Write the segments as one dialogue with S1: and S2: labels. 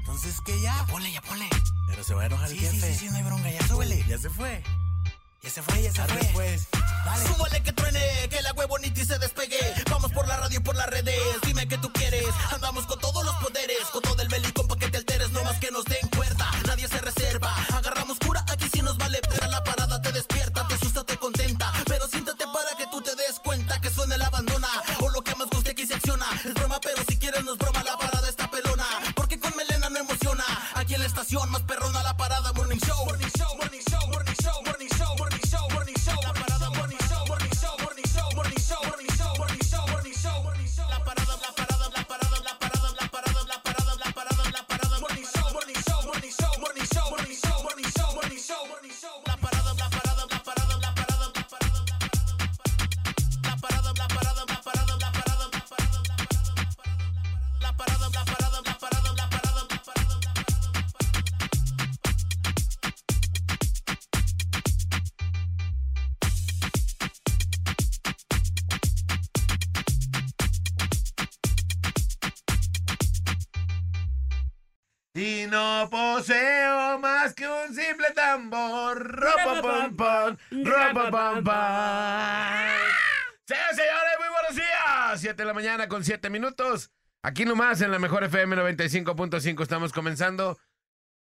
S1: Entonces, ¿qué ya?
S2: Ya ponle, ya ponle.
S1: Pero se va a enojar
S2: Sí,
S1: el
S2: sí,
S1: jefe.
S2: sí, sí, no hay bronca, ya súbele.
S1: Ya se fue.
S2: Ya se fue, ya se
S1: Arre,
S2: fue.
S1: pues.
S2: Dale.
S3: Súbale que truene, que la huevoniti se despegue. Vamos por la radio y por las redes, dime que tú quieres. Andamos con todos los poderes, con todo el belicón pa' que te alteres. No más que nos den cuerda, nadie se reserva. Agarramos cura, aquí sí nos vale. Pero la parada te despierta, te asusta, te contenta. Pero siéntate para que tú te des cuenta que suena la abandona. O lo que más guste aquí se acciona. Es broma, pero si quieres no es broma, la parada está pelona. Porque con melena no emociona. Aquí en la estación más perrona la parada Morning Show. Morning Show, Morning Show, Morning Show, Morning Show, Morning Show, Morning Show. La parada Morning Show, Morning Show, Morning Show, Morning Show, Morning Show, Morning Show, Morning Show, Morning Show. La parada, la parada, la parada, la parada, la parada, la parada, la parada, la parada Morning Show, Morning Show, Morning Show, Morning Show, Morning Show, Morning Show, Morning Show, Morning Show. La parada, la parada, la parada, la parada, la parada, la parada, la parada, la parada, la parada, la parada, la parada, la parada. La parada, la parada, la parada, la parada, la parada, la parada.
S4: Y no poseo más que un simple tambor. Ropa pam pam, ropa pam pam. Señoras y señores, muy buenos días. 7 de la mañana con 7 minutos. Aquí nomás en la mejor FM 95.5 estamos comenzando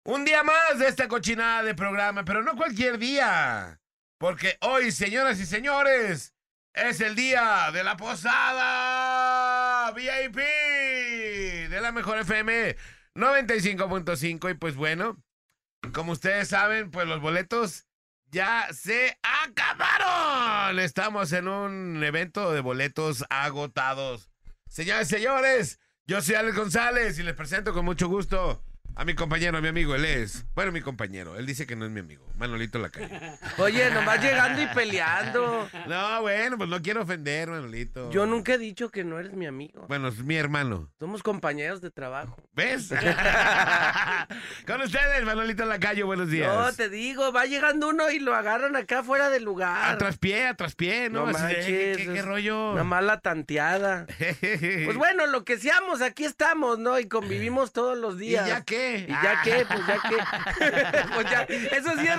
S4: un día más de esta cochinada de programa, pero no cualquier día. Porque hoy, señoras y señores, es el día de la posada VIP de la mejor FM 95.5 y pues bueno, como ustedes saben, pues los boletos ya se acabaron. Estamos en un evento de boletos agotados. Señores, señores, yo soy Alex González y les presento con mucho gusto a mi compañero, a mi amigo, él es, bueno, mi compañero, él dice que no es mi amigo, Manolito Lacalle.
S5: Oye, nomás llegando y peleando.
S4: No, bueno, pues no quiero ofender, Manolito.
S5: Yo nunca he dicho que no eres mi amigo.
S4: Bueno, es mi hermano.
S5: Somos compañeros de trabajo.
S4: ¿Ves? Con ustedes, Manolito Lacayo, buenos días.
S5: No, te digo, va llegando uno y lo agarran acá fuera del lugar.
S4: A traspié, a traspié, ¿no?
S5: No
S4: Así de,
S5: manches,
S4: ¿qué, qué- qué
S5: es
S4: rollo?
S5: Una mala tanteada. Pues
S4: pues
S5: bueno, lo que seamos, aquí estamos, ¿no? Y convivimos todos los
S4: ¿Y
S5: días.
S4: ya qué?
S5: ¿Y ya qué? Pues ya qué. pues ya, eso sí es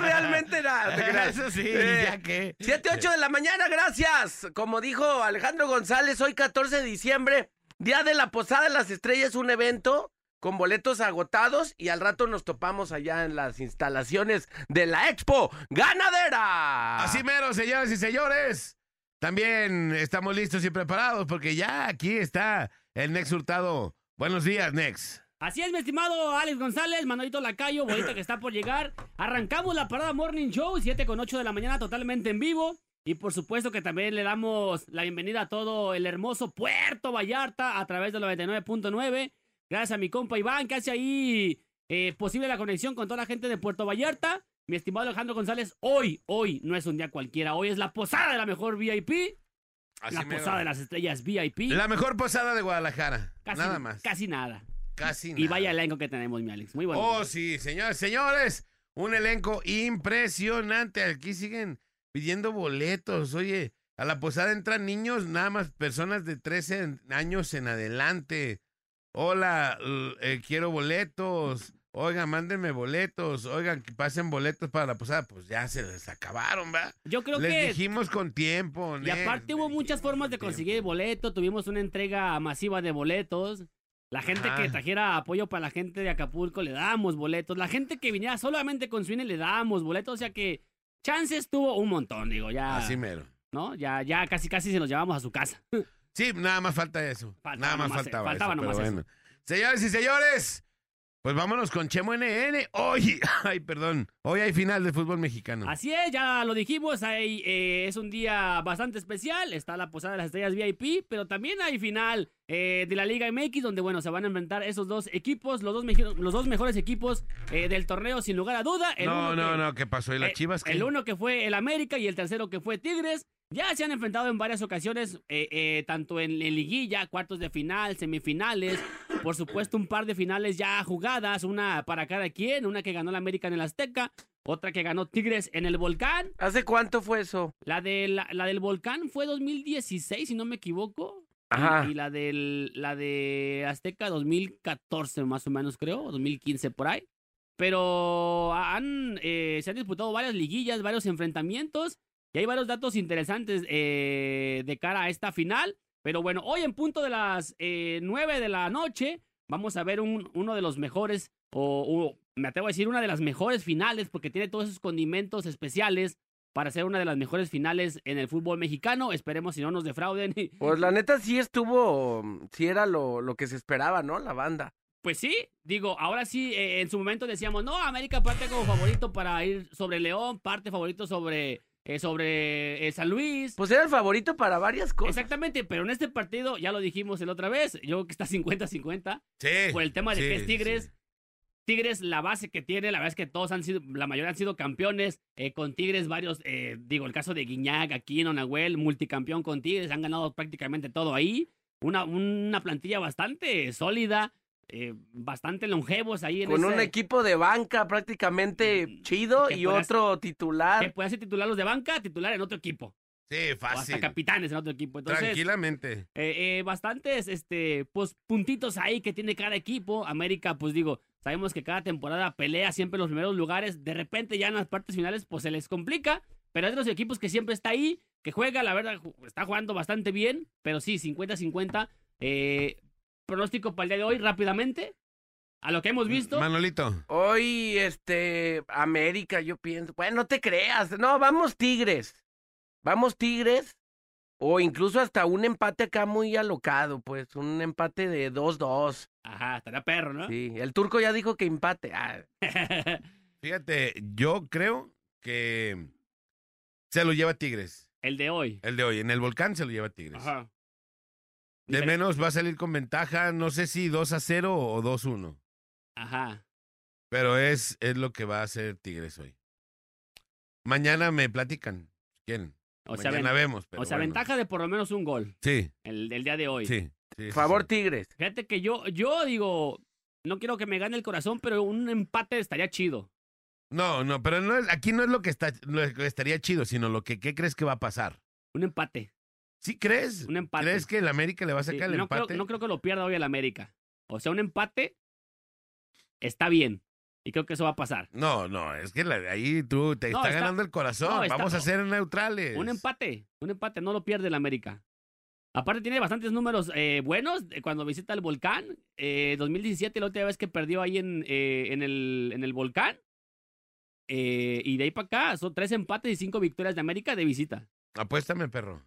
S5: realmente nada. te creas.
S4: Ah, Eso sí,
S5: Eh,
S4: ¿y ya qué?
S5: 7, 8 de la mañana, gracias. Como dijo Alejandro González, hoy 14 de diciembre, Día de la Posada de las Estrellas, un evento con boletos agotados y al rato nos topamos allá en las instalaciones de la Expo Ganadera.
S4: Así mero, señoras y señores. También estamos listos y preparados porque ya aquí está el Nex Hurtado. Buenos días, Nex.
S6: Así es, mi estimado Alex González, Manolito Lacayo, bolita que está por llegar. Arrancamos la parada Morning Show, 7 con 8 de la mañana, totalmente en vivo. Y por supuesto que también le damos la bienvenida a todo el hermoso Puerto Vallarta a través del 99.9. Gracias a mi compa Iván, que hace ahí eh, posible la conexión con toda la gente de Puerto Vallarta. Mi estimado Alejandro González, hoy, hoy no es un día cualquiera, hoy es la posada de la mejor VIP,
S4: Así
S6: la
S4: mero.
S6: posada de las estrellas VIP.
S4: La mejor posada de Guadalajara.
S6: Casi-
S4: nada más.
S6: Casi nada.
S4: Casi
S6: Y
S4: nada.
S6: vaya elenco que tenemos, mi Alex. Muy bueno.
S4: Oh, sí, señores, señores. Un elenco impresionante. Aquí siguen pidiendo boletos. Oye, a la posada entran niños, nada más personas de 13 en- años en adelante. Hola, l- eh, quiero boletos. Oigan, mándenme boletos. Oigan, que pasen boletos para la posada. Pues ya se les acabaron, ¿verdad?
S6: Yo creo
S4: les
S6: que.
S4: dijimos con tiempo.
S6: Y
S4: Nel,
S6: aparte
S4: les
S6: hubo muchas
S4: dijimos
S6: formas
S4: con
S6: de
S4: tiempo.
S6: conseguir boleto. Tuvimos una entrega masiva de boletos. La gente
S4: Ajá.
S6: que trajera apoyo para la gente de Acapulco le damos boletos. La gente que viniera solamente con cine le damos boletos. O sea que chances tuvo un montón, digo, ya.
S4: Así mero.
S6: ¿No? Ya, ya casi casi se los llevamos a su casa.
S4: Sí, nada más falta eso.
S6: Faltaba
S4: nada más
S6: nomás eso,
S4: faltaba,
S6: faltaba
S4: eso, pero
S6: nomás eso.
S4: bueno. Señores y señores, pues vámonos con Chemo NN. Hoy, ay, perdón, hoy hay final de fútbol mexicano.
S6: Así es, ya lo dijimos, hay, eh, es un día bastante especial, está la Posada de las Estrellas VIP, pero también hay final eh, de la Liga MX, donde bueno, se van a enfrentar esos dos equipos, los dos, meji- los dos mejores equipos eh, del torneo, sin lugar a duda. El
S4: no,
S6: uno
S4: no,
S6: que-
S4: no, ¿qué pasó? ¿Y las
S6: eh,
S4: chivas? qué?
S6: El uno que fue el América y el tercero que fue Tigres. Ya se han enfrentado en varias ocasiones, eh, eh, tanto en, en liguilla, cuartos de final, semifinales, por supuesto un par de finales ya jugadas, una para cada quien, una que ganó la América en el Azteca, otra que ganó Tigres en el Volcán,
S5: ¿Hace cuánto fue eso?
S6: la, de, la, la del Volcán fue 2016, si no me equivoco,
S5: Ajá.
S6: Y la del la de Azteca 2014 más o menos creo, o 2015 por ahí. Pero han, eh, se han disputado varias liguillas, varios enfrentamientos y hay varios datos interesantes eh, de cara a esta final. Pero bueno, hoy en punto de las eh, 9 de la noche vamos a ver un- uno de los mejores, o, o me atrevo a decir una de las mejores finales porque tiene todos esos condimentos especiales para ser una de las mejores finales en el fútbol mexicano. Esperemos si no nos defrauden y,
S5: Pues la neta sí estuvo, sí era lo, lo que se esperaba, ¿no? La banda.
S6: Pues sí, digo, ahora sí, eh, en su momento decíamos, no, América parte como favorito para ir sobre León, parte favorito sobre, eh, sobre eh, San Luis.
S5: Pues era el favorito para varias cosas.
S6: Exactamente, pero en este partido, ya lo dijimos la otra vez, yo creo que está 50-50,
S4: Sí.
S6: por el tema de
S4: sí,
S6: que es Tigres.
S4: sí.
S6: Tigres, la base que tiene, la verdad es que todos han sido, la mayoría han sido campeones. eh, con Tigres, varios, eh, digo, el caso de Guiñac, Aquino, Nahuel, multicampeón con Tigres, han ganado prácticamente todo ahí. Una, una plantilla bastante sólida, eh, bastante longevos ahí en
S5: Con un
S6: ese-
S5: equipo de banca prácticamente chido
S6: que
S5: y
S6: podrás-
S5: otro titular.
S6: Que puede ser titulares de banca, titular en otro equipo.
S4: Sí,
S6: O
S4: fácil.
S6: hasta capitanes en otro equipo. Entonces,
S4: Tranquilamente.
S6: eh, eh, bastantes este, pues, puntitos ahí que tiene cada equipo. América, pues digo, sabemos que cada temporada pelea siempre en los primeros lugares. De repente ya en las partes finales pues se les complica. Pero es de los equipos que siempre está ahí, que juega, la verdad, ju- está jugando bastante bien. Pero sí, 50-50. eh, pronóstico para el día de hoy rápidamente. A lo que
S4: Mm,
S6: hemos visto.
S4: Manolito.
S5: Hoy, este, América, yo pienso. Bueno, no te creas. No, vamos Tigres. Vamos Tigres. O incluso hasta un empate acá muy alocado, pues. Un empate de 2-2.
S6: Ajá, estará perro, ¿no?
S5: Sí. El turco ya dijo que empate. Ah,
S4: Fíjate, yo creo que se lo lleva Tigres.
S6: el de hoy.
S4: El de hoy. En el volcán se lo lleva Tigres.
S6: Ajá.
S4: De
S6: Diferente.
S4: menos va a salir con ventaja, no sé si 2 a 0 o 2 a 1.
S6: Ajá.
S4: Pero es, es lo que va a hacer Tigres hoy. Mañana me platican. ¿Quién?
S6: O sea,
S4: Mañana
S6: ven-
S4: vemos. pero
S6: o sea,
S4: bueno.
S6: ventaja de por lo menos un gol
S4: Sí,
S6: el, el día de hoy.
S4: sí. sí, sí,
S5: favor,
S4: sí.
S5: Tigres.
S6: Fíjate que yo, yo digo, no quiero que me gane el corazón, pero un empate estaría chido.
S4: No, no, pero no es, aquí no es lo que, está, lo que estaría chido, sino lo que ¿qué crees que va a pasar.
S6: Un empate.
S4: ¿Sí crees?
S6: Un empate.
S4: ¿Crees que el América le va a
S6: Sí,
S4: sacar el
S6: no,
S4: empate?
S6: Creo, no creo que lo pierda hoy el América. O sea, un empate está bien. Y creo que eso va a pasar.
S4: No, no, es que la- ahí tú te
S6: No,
S4: está,
S6: está-
S4: ganando el corazón.
S6: no, está-
S4: Vamos a ser neutrales.
S6: Un empate. Un empate. No lo pierde el América. Aparte tiene bastantes números eh, buenos eh, cuando visita el volcán. Eh, 2017, la última vez que perdió ahí en, eh, en, el, en el volcán. Eh, y de ahí para acá son tres empates y cinco victorias de América de visita.
S4: Apuéstame, perro.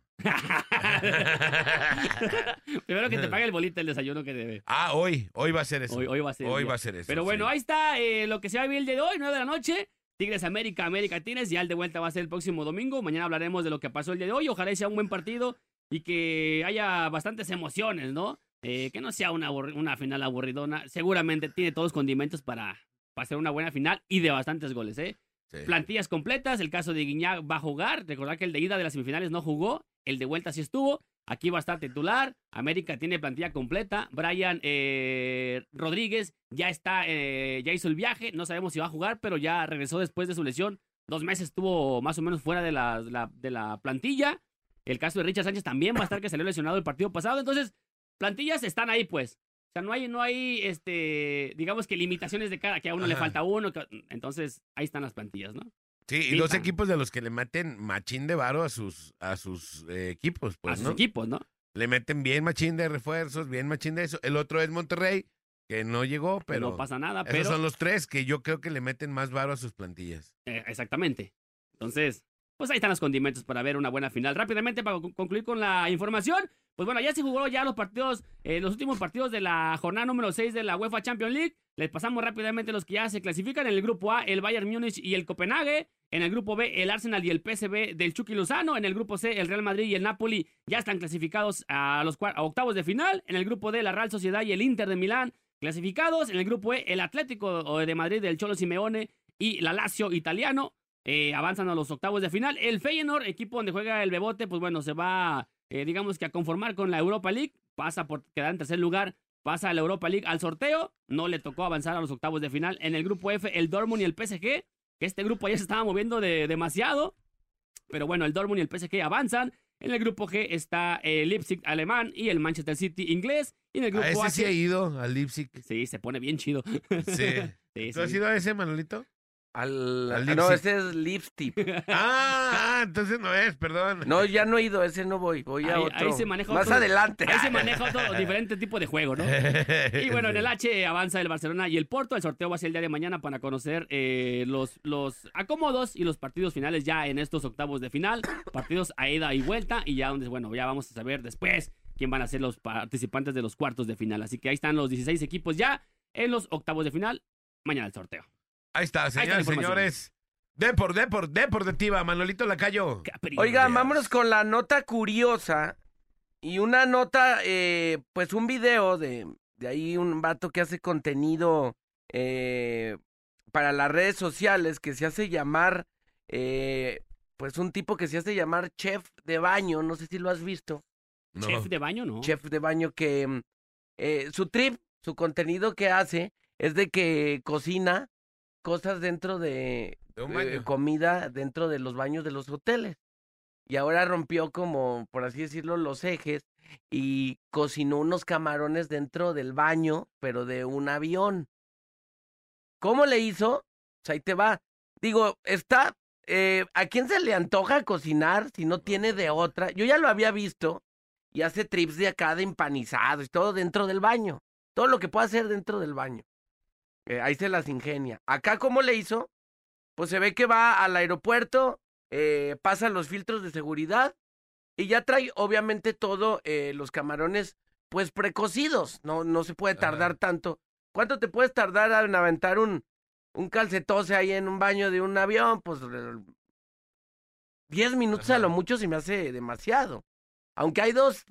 S6: Primero que te pague el bolito el desayuno que debe.
S4: ah, hoy, hoy va a ser eso.
S6: Hoy, hoy va a ser. el
S4: Hoy
S6: día.
S4: va a ser eso.
S6: Pero bueno,
S4: sí.
S6: ahí está eh, lo que se va a vivir el día de hoy, 9 de la noche. Tigres América, América Tigres. Ya el de vuelta va a ser el próximo domingo. Mañana hablaremos de lo que pasó el día de hoy. Ojalá y sea un buen partido y que haya bastantes emociones, ¿no? Eh, que no sea una, aburri- una final aburridona. Seguramente tiene todos los condimentos para, para ser una buena final y de bastantes goles, ¿eh?
S4: Sí.
S6: plantillas completas. El caso de Guiñac va a jugar. Recordar que el de ida de las semifinales no jugó. El de vuelta sí estuvo. Aquí va a estar titular. América tiene plantilla completa. Brian eh, Rodríguez ya está, eh, ya hizo el viaje. No sabemos si va a jugar, pero ya regresó después de su lesión. Dos meses estuvo más o menos fuera de la, la- de la plantilla. El caso de Richard Sánchez también va a estar que salió lesionado el partido pasado. Entonces, plantillas están ahí, pues. O sea, no hay, no hay, este, digamos que limitaciones de cada, que a uno le
S4: Ajá.
S6: falta uno. que- entonces, ahí están las plantillas, ¿no?
S4: Sí, y
S6: Sí,
S4: dos
S6: pan.
S4: equipos de los que le maten machín de varo a sus, a sus eh, equipos,
S6: a
S4: pues,
S6: sus
S4: ¿no?
S6: equipos, ¿no?
S4: Le meten bien machín de refuerzos, bien machín de eso. El otro es Monterrey, que no llegó, pero.
S6: no pasa nada,
S4: esos
S6: pero
S4: son los tres que yo creo que le meten más varo a sus plantillas.
S6: eh, exactamente. Entonces, pues ahí están los condimentos para ver una buena final. Rápidamente para con- concluir con la información, pues bueno, ya se jugó ya los partidos, eh, los últimos partidos de la jornada número 6 de la UEFA Champions League. Les pasamos rápidamente los que ya se clasifican en el grupo A, el Bayern Múnich y el Copenhague. En el grupo B, el Arsenal y el PSV del Chucky Lozano. En el grupo C, el Real Madrid y el Napoli ya están clasificados a los cua- a octavos de final. En el grupo D, la Real Sociedad y el Inter de Milán clasificados. En el grupo E, el Atlético de Madrid del Cholo Simeone y la Lazio italiano eh, avanzan a los octavos de final. El Feyenoord, equipo donde juega el Bebote, pues bueno, se va, eh, digamos que a conformar con la Europa League. Pasa por quedar en tercer lugar, pasa a la Europa League al sorteo. No le tocó avanzar a los octavos de final. En el grupo F, el Dortmund y el PSG, que este grupo ya se estaba moviendo de- demasiado. Pero bueno, el Dortmund y el PSG avanzan. En el grupo G está el Leipzig alemán y el Manchester City inglés. Y en el
S4: A ese
S6: grupo H.
S4: sí he ido, al Leipzig.
S6: Sí, se pone bien chido.
S4: Sí.
S6: Sí,
S4: ¿Tú has
S6: sí.
S4: ido a ese, Manolito?
S5: Al,
S4: Al
S5: ah, no,
S4: Leipzig.
S5: ese es lipstick.
S4: Ah, ah, entonces no es, perdón.
S5: No, ya no he ido, ese no voy, voy a
S6: Ahí-
S5: otro.
S6: ahí se maneja
S5: Más
S6: otro-
S5: adelante.
S6: Ahí se maneja otro diferente tipo de juego, ¿no?
S5: Eh,
S6: Y bueno, en el H avanza el Barcelona y el Porto. El sorteo va a ser el día de mañana para conocer eh, los, los acomodos y los partidos finales ya en estos octavos de final. Partidos a ida y vuelta. Y ya donde, bueno, ya vamos a saber después quién van a ser los participantes de los cuartos de final. Así que ahí están los 16 equipos ya en los octavos de final. Mañana el sorteo.
S4: Ahí está,
S6: está la
S4: señores,
S6: información.
S4: señores. Depor, Depor, Depor Deportiva, Manolito Lacayo.
S6: Capri.
S5: Oigan,
S4: Dios.
S5: vámonos con la nota curiosa y una nota, eh, pues un video de, de ahí un vato que hace contenido eh, para las redes sociales que se hace llamar, eh, pues un tipo que se hace llamar chef de baño, no sé si lo has visto,
S4: No.
S6: Chef de baño, ¿no?
S5: chef de baño que mm, eh, su trip, su contenido que hace es de que cocina cosas dentro de,
S4: De un
S5: eh,
S4: baño.
S5: comida dentro de los baños de los hoteles. Y ahora rompió como, por así decirlo, los ejes y cocinó unos camarones dentro del baño, pero de un avión. ¿Cómo le hizo? Pues ahí te va. Digo, está... eh, ¿A quién se le antoja cocinar si no tiene de otra? Yo ya lo había visto y hace trips de acá de empanizados y todo dentro del baño. Todo lo que pueda hacer dentro del baño. Eh, ahí se las ingenia. Acá, ¿cómo le hizo? Pues se ve que va al aeropuerto, eh, pasa los filtros de seguridad y ya trae, obviamente, todo eh, los camarones, pues precocidos. No, no se puede tardar
S4: Ajá.
S5: tanto. ¿Cuánto te puedes tardar en aventar un, un calcetose ahí en un baño de un avión? Pues eh, 10 minutos a
S4: Ajá.
S5: lo mucho se me hace demasiado. Aunque hay dos,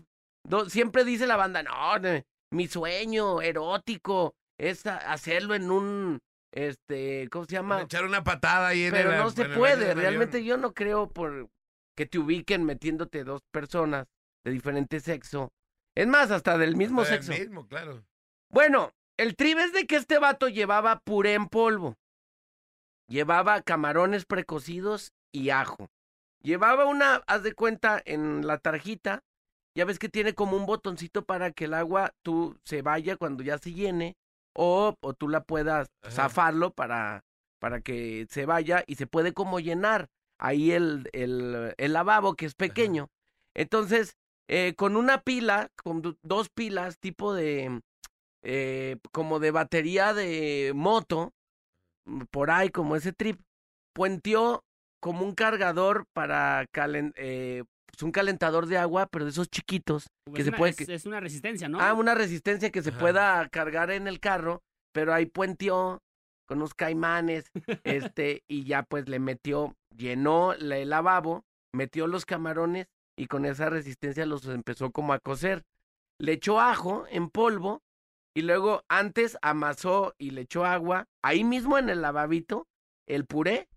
S5: dos siempre dice la banda, no, ne- mi sueño erótico es a- hacerlo en un, este, ¿cómo se
S4: Van a
S5: llama?
S4: Echar una patada ahí en el
S5: Pero no
S4: en
S5: se
S4: el baño del
S5: puede,
S4: avión.
S5: realmente yo no creo por que te ubiquen metiéndote dos personas de diferente sexo. Es más, hasta del mismo
S4: Hasta del
S5: sexo.
S4: Eh, mismo, claro.
S5: Bueno, el trib es de que este vato llevaba puré en polvo. Llevaba camarones precocidos y ajo. Llevaba una, haz de cuenta, en la tarjita. Ya ves que tiene como un botoncito para que el agua tú se vaya cuando ya se llene. O, o tú la puedas
S4: Ajá.
S5: zafarlo para, para que se vaya y se puede como llenar ahí el, el, el lavabo que es pequeño. Entonces, eh, con una pila, con du- dos pilas, tipo de, eh, como de batería de moto, mm, por ahí, como ese trip, puenteó como un cargador para calen- eh, pues, un calentador de agua, pero de esos chiquitos,
S6: Pues
S5: que
S6: es
S5: se
S6: una-
S5: puede...
S6: es,
S5: que-
S6: es una resistencia, ¿no?
S5: Ah, una resistencia que se
S4: Ajá.
S5: pueda cargar en el carro, pero ahí puenteó con unos caimanes, este, y ya pues le metió, llenó la- el lavabo, metió los camarones y con esa resistencia los empezó como a cocer. Le echó ajo en polvo y luego antes amasó y le echó agua, ahí mismo en el lavabito, el puré,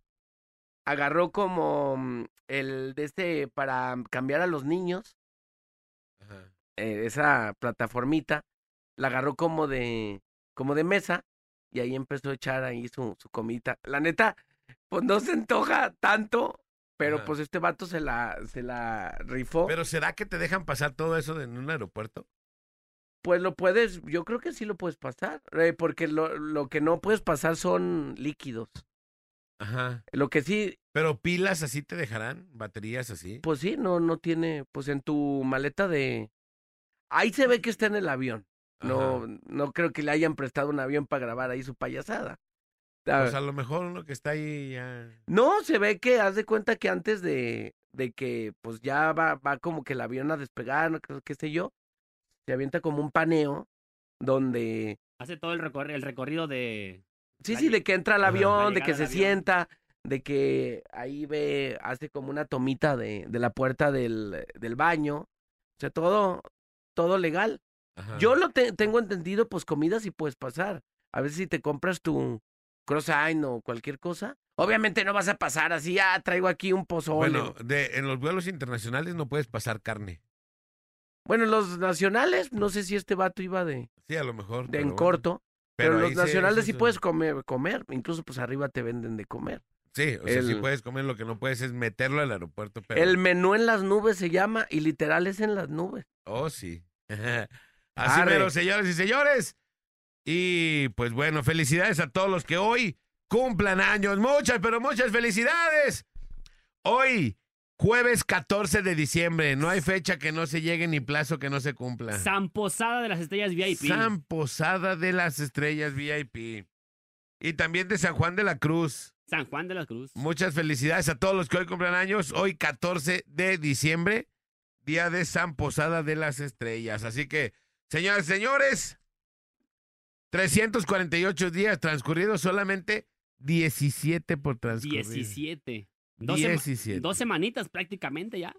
S5: agarró como mm, el de este para cambiar a los niños
S4: Ajá.
S5: eh, esa plataformita, la agarró como de, como de mesa y ahí empezó a echar ahí su, su comidita. La neta, pues no se antoja tanto, pero
S4: Ajá.
S5: pues este vato se la, se la rifó.
S4: Pero ¿será que te dejan pasar todo eso en un aeropuerto?
S5: Pues lo puedes, yo creo que sí lo puedes pasar, eh, porque lo, lo que no puedes pasar son líquidos.
S4: Ajá.
S5: Lo que sí,
S4: Pero pilas así te dejarán, baterías así.
S5: pues sí, no, no tiene, pues en tu maleta de... Ahí se ve que está en el avión. Pues, No,
S4: Ajá.
S5: no creo que le hayan prestado un avión para grabar ahí su payasada. Ah,
S4: Pues a lo mejor uno que está ahí ya.
S5: No, se ve que haz de cuenta que antes de, de que pues ya va, va como que el avión a despegar, no creo- qué sé yo, se avienta como un paneo donde
S6: Hace todo el, recor- el recorrido de...
S5: sí,
S6: La
S5: sí,
S6: lle-
S5: de que entra al
S4: Ajá.
S5: avión, de
S6: La
S5: que se
S6: llegada al avión.
S5: sienta, de que ahí ve, hace como una tomita de, de la puerta del, del baño. O sea, todo, todo legal.
S4: Ajá.
S5: Yo lo te- tengo entendido, pues comida sí puedes pasar. A veces si te compras tu croissant o cualquier cosa, obviamente no vas a pasar así, ah, traigo aquí un pozole.
S4: Bueno, de, en los vuelos internacionales no puedes pasar carne.
S5: Bueno, los nacionales, no sé si este vato iba de,
S4: Sí, a lo mejor.
S5: de
S4: pero
S5: en
S4: bueno.
S5: corto, pero,
S4: Ah, ahí
S5: los
S4: se-
S5: nacionales
S4: eso
S5: sí
S4: es-
S5: puedes comer, comer, incluso pues arriba te venden de comer.
S4: Sí, o sea,
S5: El-
S4: sí puedes comer, lo que no puedes es meterlo al aeropuerto, pero...
S5: El menú en las nubes se llama y literal es en las nubes.
S4: Oh, sí. Así
S5: Arre.
S4: mero, señores y señores. Y pues bueno, felicidades a todos los que hoy cumplan años. Muchas, pero muchas felicidades. Hoy, jueves 14 de diciembre. No hay fecha que no se llegue ni plazo que no se cumpla.
S6: Zamposada de las estrellas VIP.
S4: San Posada de las Estrellas VIP. Y también de San Juan de la Cruz.
S6: San Juan de la Cruz.
S4: Muchas felicidades a todos los que hoy cumplan años. Hoy 14 de diciembre, día de San Posada de las Estrellas. Así que, señoras y señores, 348 días transcurridos, solamente 17 por transcurrir.
S6: 17. Dos, sema-
S4: 17.
S6: dos semanitas prácticamente ya.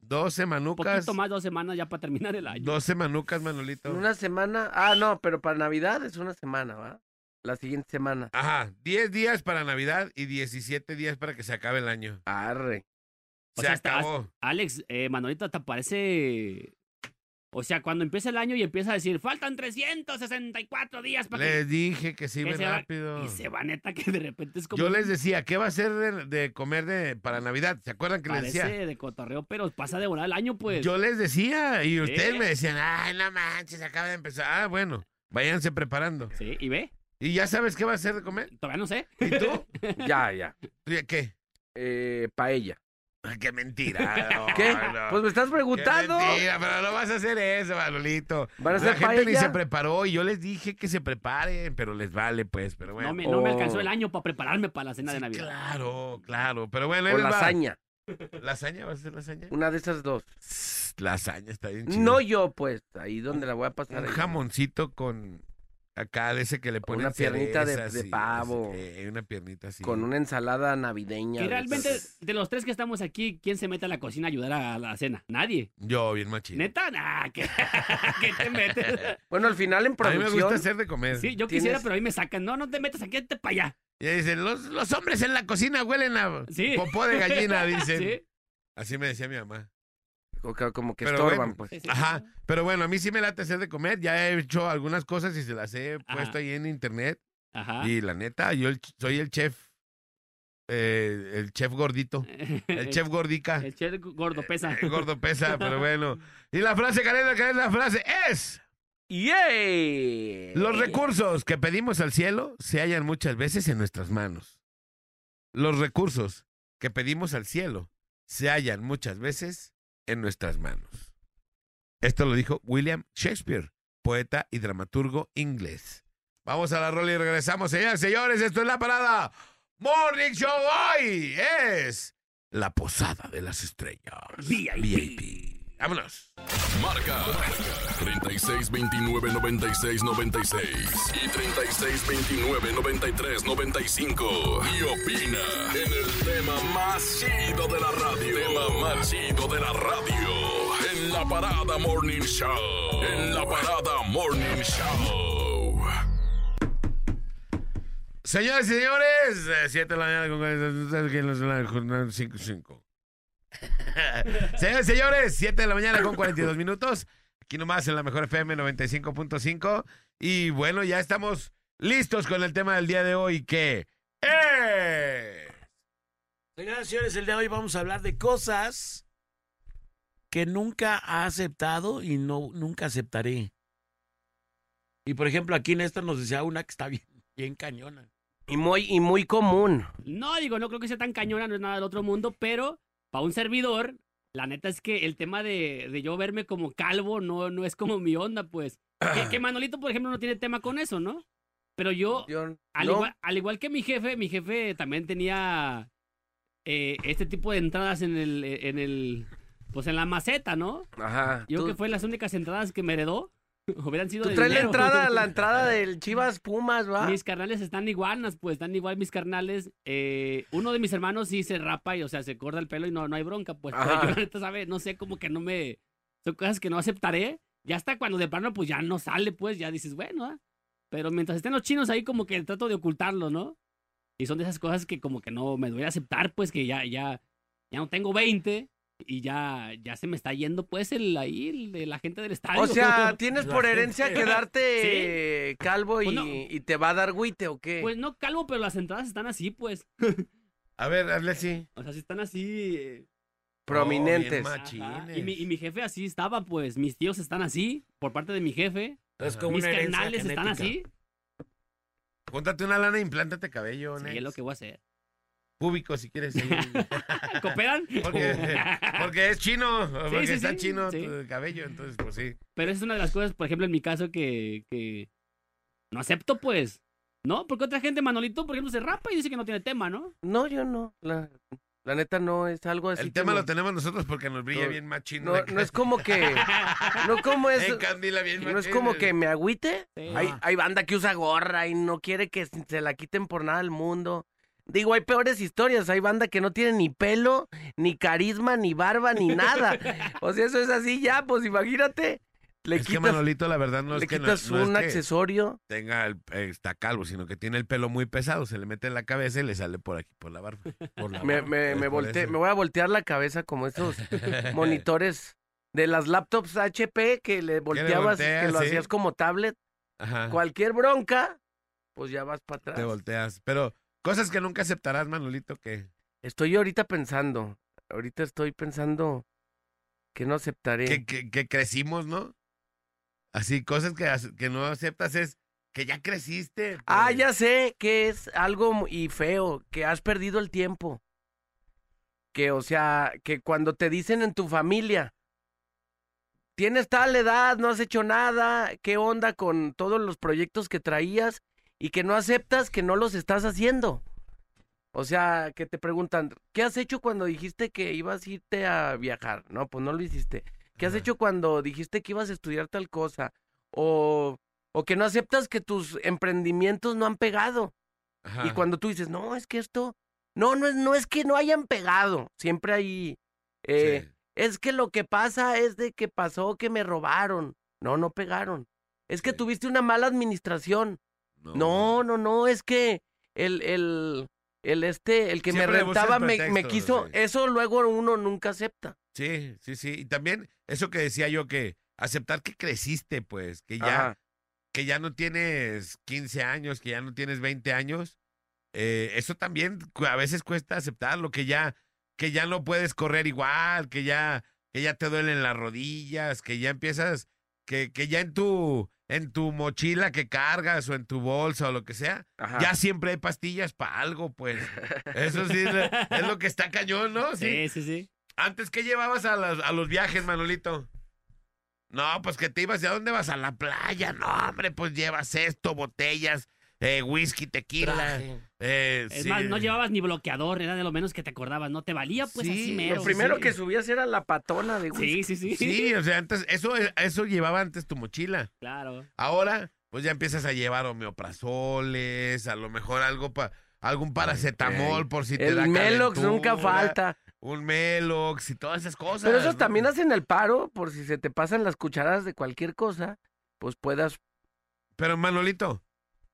S4: 12
S6: Un
S4: manucas.
S6: poquito más, dos semanas ya para terminar el año.
S4: 12 manucas, Manolito.
S5: Una semana. Ah, no, pero para Navidad es una semana, ¿va? La siguiente semana.
S4: Ajá, 10 días para Navidad y 17 días para que se acabe el año.
S5: Arre.
S6: O
S4: se
S6: sea, hasta-
S4: acabó.
S6: Alex, eh, Manolito, te parece... O sea, cuando empieza el año y empieza a decir, faltan 364 días para que...
S4: Les dije que se
S6: que
S4: iba
S6: se va-
S4: rápido.
S6: Y se va neta que de repente es como...
S4: Yo les decía, ¿qué va a ser de, de comer de, para Navidad? ¿Se acuerdan que les
S6: Parece
S4: decía?
S6: de cotorreo, pero pasa de volar el año, pues.
S4: Yo les decía y ustedes
S6: ¿Eh?
S4: me decían, ay, no manches, acaba de empezar. Ah, bueno, váyanse preparando.
S6: Sí, y ve,
S4: ¿Y ya sabes qué va a ser de comer?
S6: todavía no sé.
S4: ¿Y tú?
S5: Ya, ya.
S4: ¿Tú ya qué?
S5: Eh, paella.
S4: Ay, ¡Qué mentira! no,
S5: ¿Qué?
S4: no.
S5: Pues me estás
S4: ¡Qué
S5: preguntando.
S4: mentira! Pero no vas a hacer eso, Manolito.
S5: ¿Van a
S4: La
S5: hacer
S4: gente ni
S5: paella?
S4: se preparó y yo les dije que se preparen, pero les vale, pues. Pero bueno.
S6: No, me, no me
S5: Oh.
S6: alcanzó el año para prepararme para la cena de
S4: Sí,
S6: Navidad.
S4: Claro, claro. Pero bueno, ahí
S5: O
S4: les va.
S5: lasaña.
S4: ¿Lasaña? ¿Vas a hacer lasaña? Mm,
S5: Una de esas dos.
S4: Lasaña está bien chido.
S5: No yo, pues. Ahí donde la voy a pasar.
S4: un
S5: ahí.
S4: jamoncito con acá de ese que le ponen
S5: Una piernita de-
S4: cerezas
S5: de
S4: y-
S5: pavo.
S4: eh, una piernita así.
S5: Con una ensalada navideña.
S6: Que
S5: de
S6: realmente,
S5: esas.
S6: de los tres que estamos aquí, ¿quién se mete a la cocina a ayudar a la cena? Nadie.
S4: Yo bien machín.
S6: ¿Neta? Nah, ¿qué, qué te metes?
S5: Bueno, al final en
S4: A mí me gusta
S5: producción.
S4: hacer de comer.
S6: Sí, yo
S5: Tienes-
S6: quisiera, pero ahí me sacan. No, no te metas aquí, te para allá.
S4: Y ahí dicen, los, los hombres en la cocina huelen a
S6: Sí.
S4: popó de gallina, dicen.
S6: Sí,
S4: Así me decía mi mamá.
S5: o ca- Como que
S4: Pero
S5: estorban,
S4: bueno.
S5: pues.
S6: sí, sí.
S4: Ajá. Pero bueno, a mí sí me late hacer de comer. Ya he hecho algunas cosas y se las he
S6: Ajá.
S4: puesto ahí en internet.
S6: Ajá.
S5: Ah.
S4: Y la neta, yo el ch- soy el chef. eh, el chef gordito.
S5: Eh,
S4: El chef gordica.
S6: El chef gordo pesa.
S4: Eh, gordo pesa, pero bueno. Y la frase, Karen, Karen, la frase es:
S5: ¡Yay!
S4: Los recursos que pedimos al cielo se hallan muchas veces en nuestras manos. Los recursos que pedimos al cielo se hallan muchas veces en nuestras manos. Esto lo dijo William Shakespeare, poeta y dramaturgo inglés. Vamos a la rola y regresamos, señores, señores. Esto es la parada. Morning Show hoy es la posada de las estrellas. VIP. Vámonos.
S1: Marca 36 29 96 96 y 36 29 93 95. Y opina en el tema más chido de la radio. Tema más chido de la radio. En la parada Morning Show. En la parada Morning Show.
S4: Señoras y señores, eh, siete de la mañana con cuarenta- que nos la jornada cinco, cinco. Señoras y señores, 7 de la mañana con 42 minutos. Aquí nomás en la mejor FM 95.5. Y bueno, ya estamos listos con el tema del día de hoy que es...
S2: Señoras y señores, el día de hoy vamos a hablar de cosas que nunca ha aceptado y no nunca aceptaré. Y por ejemplo, aquí en esta nos decía una que está bien, bien cañona.
S5: Y muy, y muy común.
S6: No, digo, no creo que sea tan cañona, no es nada del otro mundo, pero para un servidor, la neta es que el tema de, de yo verme como calvo no, no es como mi onda, pues. Que, que Manolito, por ejemplo, no tiene tema con eso, ¿no? Pero yo,
S5: Yo-
S6: al,
S5: no,
S6: igual, al igual que mi jefe, mi jefe también tenía eh, este tipo de entradas en el, eh, en el, pues en la maceta, ¿no?
S5: Ajá.
S6: Yo
S5: tú-
S6: creo que fue las únicas entradas que me heredó. Hubieran sido
S5: Tú
S6: de
S5: traes la
S6: dinero.
S5: entrada, la entrada del Chivas Pumas, ¿va?
S6: Mis carnales están iguanas, pues están igual mis carnales. Eh, uno de mis hermanos sí se rapa y, o sea, se corta el pelo y no, no hay bronca, pues. pero
S5: Ajá.
S6: yo, la neta, ¿sabes? No sé, como que no me. Son cosas que no aceptaré. Ya hasta cuando de plano, pues ya no sale, pues ya dices, bueno, ah. Pero mientras estén los chinos ahí, como que trato de ocultarlo, ¿no? Y son de esas cosas que, como que no me voy a aceptar, pues que ya, ya, ya no tengo 20 y ya, ya se me está yendo, pues, el ahí, el de la gente del estadio.
S5: O sea, tienes
S2: La
S5: por
S2: gente-
S5: herencia quedarte calvo y,
S6: Pues no.
S5: y te va a dar güite o qué.
S6: Pues no calvo, pero las entradas están así, pues.
S4: A ver, Alexi.
S6: O sea, si están así. eh,
S5: Prominentes.
S4: Oh, bien
S6: ajá.
S4: machines.
S6: Y mi, y mi jefe así estaba, pues. Mis tíos están así, por parte de mi jefe.
S2: Entonces,
S4: Ajá.
S2: como
S6: Mis
S2: una herencia
S6: carnales están
S2: genética.
S6: así.
S4: Póntate una lana e implántate cabello,
S6: Sí, es lo
S4: Nex.
S6: que voy a hacer.
S4: Púbico, si quieres. sí.
S6: ¿Cooperan?
S4: Porque, porque es chino, porque
S6: sí,
S4: está
S6: sí,
S4: chino
S6: sí.
S4: tu cabello, entonces pues sí.
S6: Pero esa es una de las cosas, por ejemplo, en mi caso, que, que no acepto, pues. ¿No? Porque otra gente, Manolito, por ejemplo, se rapa y dice que no tiene tema, ¿no?
S5: No, yo no. La, la neta no es algo así.
S4: El tema
S5: como-
S4: lo tenemos nosotros porque nos brilla
S5: No,
S4: bien más chino.
S5: no, no es como que. No como es.
S4: Encandila bien
S5: No es
S4: machín.
S5: como que me agüite.
S6: Sí.
S5: Hay,
S4: Ah.
S5: hay banda que usa gorra y no quiere que se la quiten por nada del mundo. Digo, hay peores historias. Hay banda que no tiene ni pelo, ni carisma, ni barba, ni nada. O sea, eso es así ya, pues imagínate. Le
S4: Es que
S5: quitas,
S4: Manolito, la verdad, no
S5: le
S4: es que, no,
S5: quitas
S4: no es
S5: un
S4: que
S5: accesorio.
S4: tenga el- eh, está calvo, sino que tiene el pelo muy pesado, se le mete en la cabeza y le sale por aquí, por la barba. por la
S5: Me,
S4: barba.
S5: me,
S4: Ah, Es
S5: me,
S4: por
S5: volteé-
S4: eso.
S5: me voy a voltear la cabeza como esos monitores de las laptops HP que le volteabas, que
S4: volteas,
S5: lo
S4: sí.
S5: hacías como tablet.
S4: Ajá,
S5: Cualquier bronca, pues ya vas para
S4: Te
S5: atrás.
S4: volteas. Pero cosas que nunca aceptarás, Manolito, que,
S5: Estoy ahorita pensando, ahorita estoy pensando que no aceptaré.
S4: que, que- que crecimos, ¿no? Así, cosas que, as- que no aceptas es que ya creciste.
S5: Ah,
S4: pues.
S5: ya sé que es algo mu- y feo, que has perdido el tiempo. Que, o sea, que cuando te dicen en tu familia, tienes tal edad, no has hecho nada, qué onda con todos los proyectos que traías y que no aceptas que no los estás haciendo. O sea, que te preguntan, ¿qué has hecho cuando dijiste que ibas a irte a viajar? No, pues no lo hiciste. ¿Qué has
S4: Ajá.
S5: hecho cuando dijiste que ibas a estudiar tal cosa? O, o que no aceptas que tus emprendimientos no han pegado.
S4: Ajá.
S5: Y cuando tú dices, no, es que esto, no, no es, no es que no hayan pegado. Siempre hay, eh,
S4: Sí.
S5: es que lo que pasa es de que pasó que me robaron. No, no pegaron. Es que
S4: Sí.
S5: tuviste una mala administración. No, no, no, es que el, el, el este, el que me
S4: Siempre le buscas
S5: rentaba me, me
S4: pretextos,
S5: quiso,
S4: sí.
S5: eso luego uno nunca acepta.
S4: Sí, sí, sí. Y también eso que decía yo, que aceptar que creciste, pues, que ya,
S5: Ajá.
S4: que ya no tienes 15 años, que ya no tienes 20 años. eh, eso también cu- a veces cuesta aceptarlo, que ya, que ya no puedes correr igual, que ya, que ya te duelen las rodillas, que ya empiezas, que, que ya en tu, en tu mochila que cargas o en tu bolsa o lo que sea,
S5: Ajá.
S4: ya siempre hay pastillas para algo, pues. Eso sí es lo- es lo que está cañón, ¿no?
S6: Sí, sí, sí.
S4: Antes, ¿qué llevabas a, las- a los viajes, Manolito? No, pues que te ibas, ¿y a dónde vas? A la playa. No, hombre, pues llevas esto, botellas, eh, whisky, tequila. eh,
S6: Es
S4: sí.
S6: más, no llevabas ni bloqueador, era de lo menos que te acordabas, no te valía, pues
S4: Sí,
S6: así
S4: lo
S6: mero.
S5: Lo primero
S6: sí.
S5: que subías era la patona de whisky.
S6: Sí, sí, sí.
S4: Sí, o sea, antes, eso, eso llevaba antes tu mochila.
S6: Claro.
S4: Ahora, pues ya empiezas a llevar homeoprazoles, a lo mejor algo para... Algún paracetamol por si te da
S5: el Melox nunca
S4: calentura,
S5: falta.
S4: Un Melox y todas esas cosas.
S5: Pero esos
S4: ¿no?
S5: también hacen el paro por si se te pasan las cucharadas de cualquier cosa, pues puedas,
S4: Pero Manolito,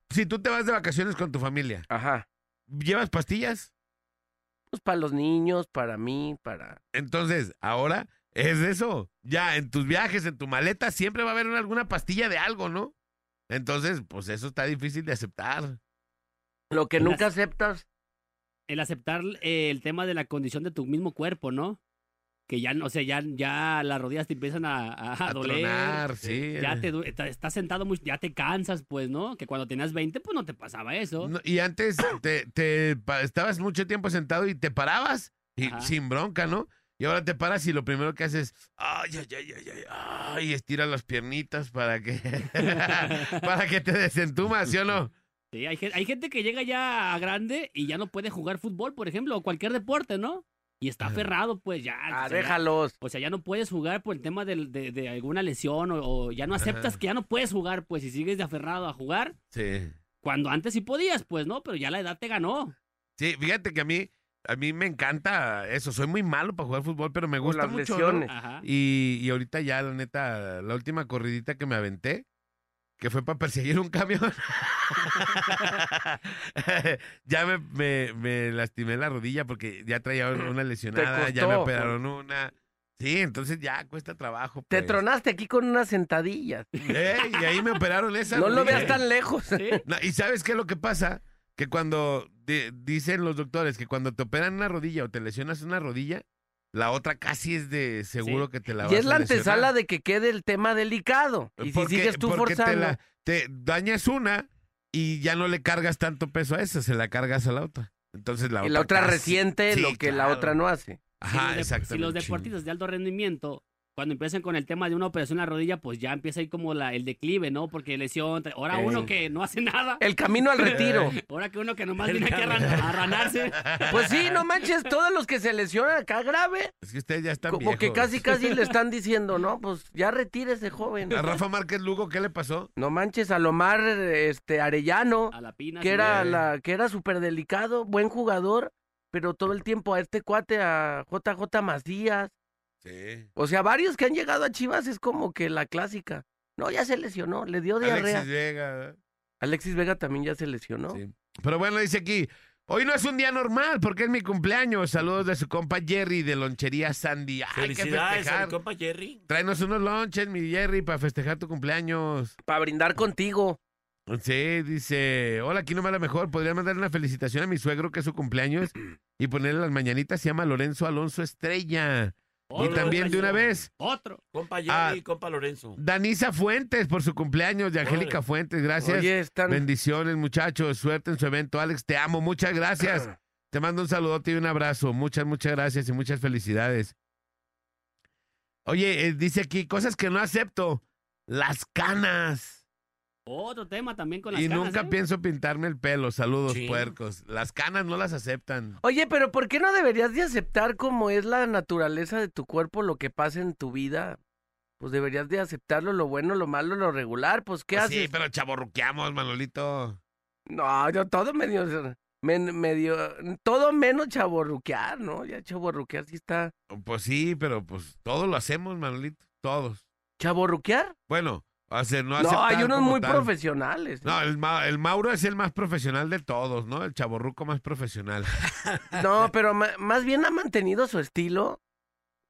S4: si tú te vas de vacaciones con tu familia,
S5: ajá,
S4: ¿Llevas pastillas?
S5: pues para los niños, para mí, para...
S4: Entonces, ahora es eso. Ya en tus viajes, en tu maleta, siempre va a haber una- alguna pastilla de algo, ¿no? Entonces, pues eso está difícil de aceptar.
S5: Lo que
S6: Las-
S5: nunca aceptas,
S6: El aceptar eh, el tema de la condición de tu mismo cuerpo, ¿no? Que ya, no- o sea, ya, ya las rodillas te empiezan a, a, a
S4: A
S6: doler.
S4: tronar, sí.
S6: Ya te du- ta- estás sentado muy, ya te cansas, pues, ¿no? Que cuando tenías 20, pues no te pasaba eso.
S4: No, y antes te, te pa- estabas mucho tiempo sentado y te parabas y,
S6: Ajá.
S4: sin bronca, ¿no? Y ahora te paras y lo primero que haces, ay, ay, ay, ay, ay, ay, estira las piernitas para que, para que te desentumas, ¿sí o no?
S6: Sí, hay, gen- hay gente que llega ya a grande y ya no puede jugar fútbol, por ejemplo, o cualquier deporte, ¿no? Y está aferrado, pues ya.
S5: ah,
S6: o sea, ya-
S5: déjalos.
S6: O sea, ya no puedes jugar por el tema del- de, de alguna lesión o, o ya no aceptas
S4: Ajá.
S6: que ya no puedes jugar, pues, y sigues de aferrado a jugar
S4: Sí.
S6: cuando antes sí podías, pues, ¿no? Pero ya la edad te ganó.
S4: Sí, fíjate que a mí, a mí me encanta eso. Soy muy malo para jugar fútbol, pero me
S5: Por
S4: gusta
S5: las
S4: mucho. ¿no?
S5: lesiones.
S6: Ajá.
S4: Y, y ahorita ya, la neta, la última corridita que me aventé, que fue para perseguir un camión. ya me, me- me lastimé la rodilla porque ya traía una lesionada, ya me
S5: costó,
S4: operaron una. Sí, entonces ya cuesta trabajo.
S5: Te
S4: pues.
S5: tronaste aquí con unas sentadillas.
S4: Eh, y ahí me operaron esa.
S5: No lo
S4: rodilla.
S5: veas tan lejos.
S6: Sí.
S4: No, ¿Y sabes qué es lo que pasa? que cuando di- dicen los doctores que cuando te operan una rodilla o te lesionas una rodilla, la otra casi es de seguro que te la vas
S5: Y es la
S4: a lesionar.
S5: antesala de que quede el tema delicado. Y si
S4: Porque-
S5: sigues tú
S4: porque
S5: forzando.
S4: Te, la- te dañas una y ya no le cargas tanto peso a esa, se la cargas a la otra. Entonces la
S5: y
S4: otra.
S5: la otra
S4: casi-
S5: resiente
S4: sí,
S5: lo que la
S4: claro.
S5: otra no hace.
S6: Si los
S4: Ajá,
S6: dep-
S4: exactamente.
S6: Si los deportistas de alto rendimiento, cuando empiezan con el tema de una operación en la rodilla, pues ya empieza ahí como la, el declive, ¿no? Porque lesión. tra- Ahora
S5: Eh.
S6: uno que no hace nada.
S5: El camino al retiro.
S6: Ahora que uno que nomás viene aquí a arran- a arranarse.
S5: Pues sí, no manches, todos los que se lesionan acá grave,
S4: Es que ustedes ya están
S5: como
S4: viejos.
S5: que casi casi le están diciendo, no, pues ya retírese, joven.
S4: A Rafa Márquez Lugo, ¿qué le pasó?
S5: No manches, a Lomar este, Arellano,
S6: A la pina.
S5: que
S6: Ah, sí.
S5: era
S4: eh.
S5: la, que era súper delicado, buen jugador, pero todo el tiempo a este cuate, a JJ Macías,
S4: Sí.
S5: o sea, varios que han llegado a Chivas es como que la clásica. No, ya se lesionó, le dio diarrea.
S4: Alexis
S5: Alexis,
S4: Vega. ¿eh?
S5: Vega también ya se lesionó.
S4: Sí. Pero bueno, dice aquí, hoy no es un día normal porque es mi cumpleaños. Saludos de su compa Jerry de Lonchería Sandy. Ay, que
S2: Felicidades a
S4: festejar.
S2: mi compa Jerry.
S4: Tráenos unos lonches, mi Jerry, para festejar tu cumpleaños.
S5: Para brindar contigo.
S4: Sí, dice, hola, aquí nomás la mejor. Podría mandar una felicitación a mi suegro que es su cumpleaños y ponerle las mañanitas. Se llama Lorenzo Alonso Estrella.
S6: Otro,
S4: y también de una vez,
S6: Otro.
S2: Compa Jerry
S4: Ah.
S2: y compa Lorenzo.
S4: Danisa Fuentes por su cumpleaños, de Angélica
S2: Órale.
S4: Fuentes. Gracias.
S5: Oye, están...
S4: Bendiciones, muchachos. Suerte en su evento. Alex, te amo. Muchas gracias. Te mando un saludote y un abrazo. Muchas, muchas gracias y muchas felicidades. Oye, eh, dice aquí cosas que no acepto. Las canas.
S6: Otro tema también con las
S4: y
S6: canas,
S4: nunca
S6: ¿eh?
S4: pienso pintarme el pelo. Saludos,
S2: Sí.
S4: puercos. Las canas no las aceptan.
S5: Oye, pero ¿por qué no deberías de aceptar como es la naturaleza de tu cuerpo lo que pasa en tu vida? Pues deberías de aceptarlo, lo bueno, lo malo, lo regular. Pues ¿qué
S4: Pues
S5: haces?
S4: Sí, pero chaborruqueamos, Manolito.
S5: No, yo todo medio, men- medio, todo menos chaborruquear, ¿no? Ya chaborruquear sí está.
S4: Pues sí, pero pues todos lo hacemos, Manolito. Todos.
S5: ¿Chaborruquear?
S4: Bueno, hacer, no
S5: No,
S4: aceptar
S5: hay unos
S4: como
S5: muy
S4: tal.
S5: profesionales.
S4: No, el, Ma- el Mauro es el más profesional de todos, ¿no? El chaborruco más profesional.
S5: No, pero ma- más bien ha mantenido su estilo,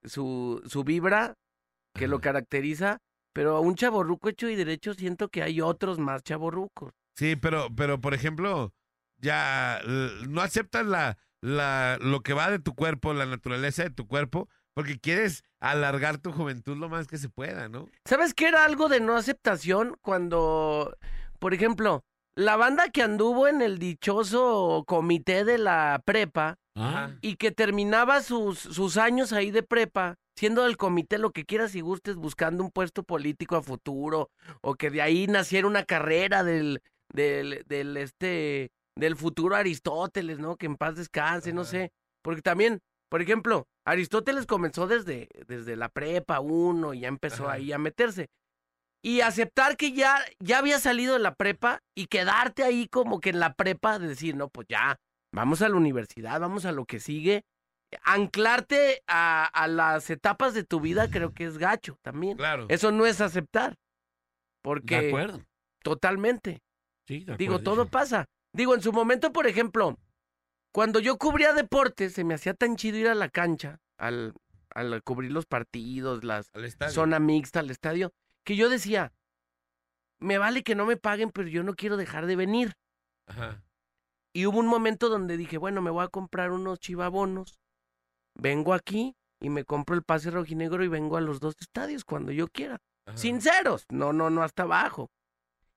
S5: su, su vibra que lo caracteriza, pero a un chaborruco hecho y derecho siento que hay otros más chaborrucos.
S4: Sí, pero, pero por ejemplo, ya l- no aceptas la, la, lo que va de tu cuerpo, la naturaleza de tu cuerpo, porque quieres alargar tu juventud lo más que se pueda, ¿no?
S5: ¿Sabes qué era algo de no aceptación cuando, por ejemplo, la banda que anduvo en el dichoso comité de la prepa
S2: Ah.
S5: y que terminaba sus, sus años ahí de prepa, siendo del comité lo que quieras y gustes, buscando un puesto político a futuro, o que de ahí naciera una carrera del, del, del este, del futuro Aristóteles, ¿no? Que en paz descanse, no
S4: Ajá.
S5: sé. Porque también, por ejemplo, Aristóteles comenzó desde, desde la prepa uno y ya empezó
S4: Ajá.
S5: ahí a meterse. Y aceptar que ya, ya había salido de la prepa y quedarte ahí como que en la prepa, de decir, no, pues ya, vamos a la universidad, vamos a lo que sigue. Anclarte a, a las etapas de tu vida creo que es gacho también.
S4: Claro.
S5: Eso no es aceptar. Porque
S2: De acuerdo.
S5: totalmente.
S2: Sí, de
S5: Digo,
S2: acuerdo,
S5: todo
S2: sí.
S5: pasa. Digo, en su momento, por ejemplo, cuando yo cubría deportes, se me hacía tan chido ir a la cancha, al, al cubrir los partidos, las
S4: Al estadio.
S5: zona mixta, al estadio, que yo decía, me vale que no me paguen, pero yo no quiero dejar de venir.
S4: Ajá.
S5: Y hubo un momento donde dije, bueno, me voy a comprar unos chivabonos. Vengo aquí y me compro el pase rojinegro y vengo a los dos estadios cuando yo quiera.
S4: ajá.
S5: Sinceros, no, no, no hasta abajo.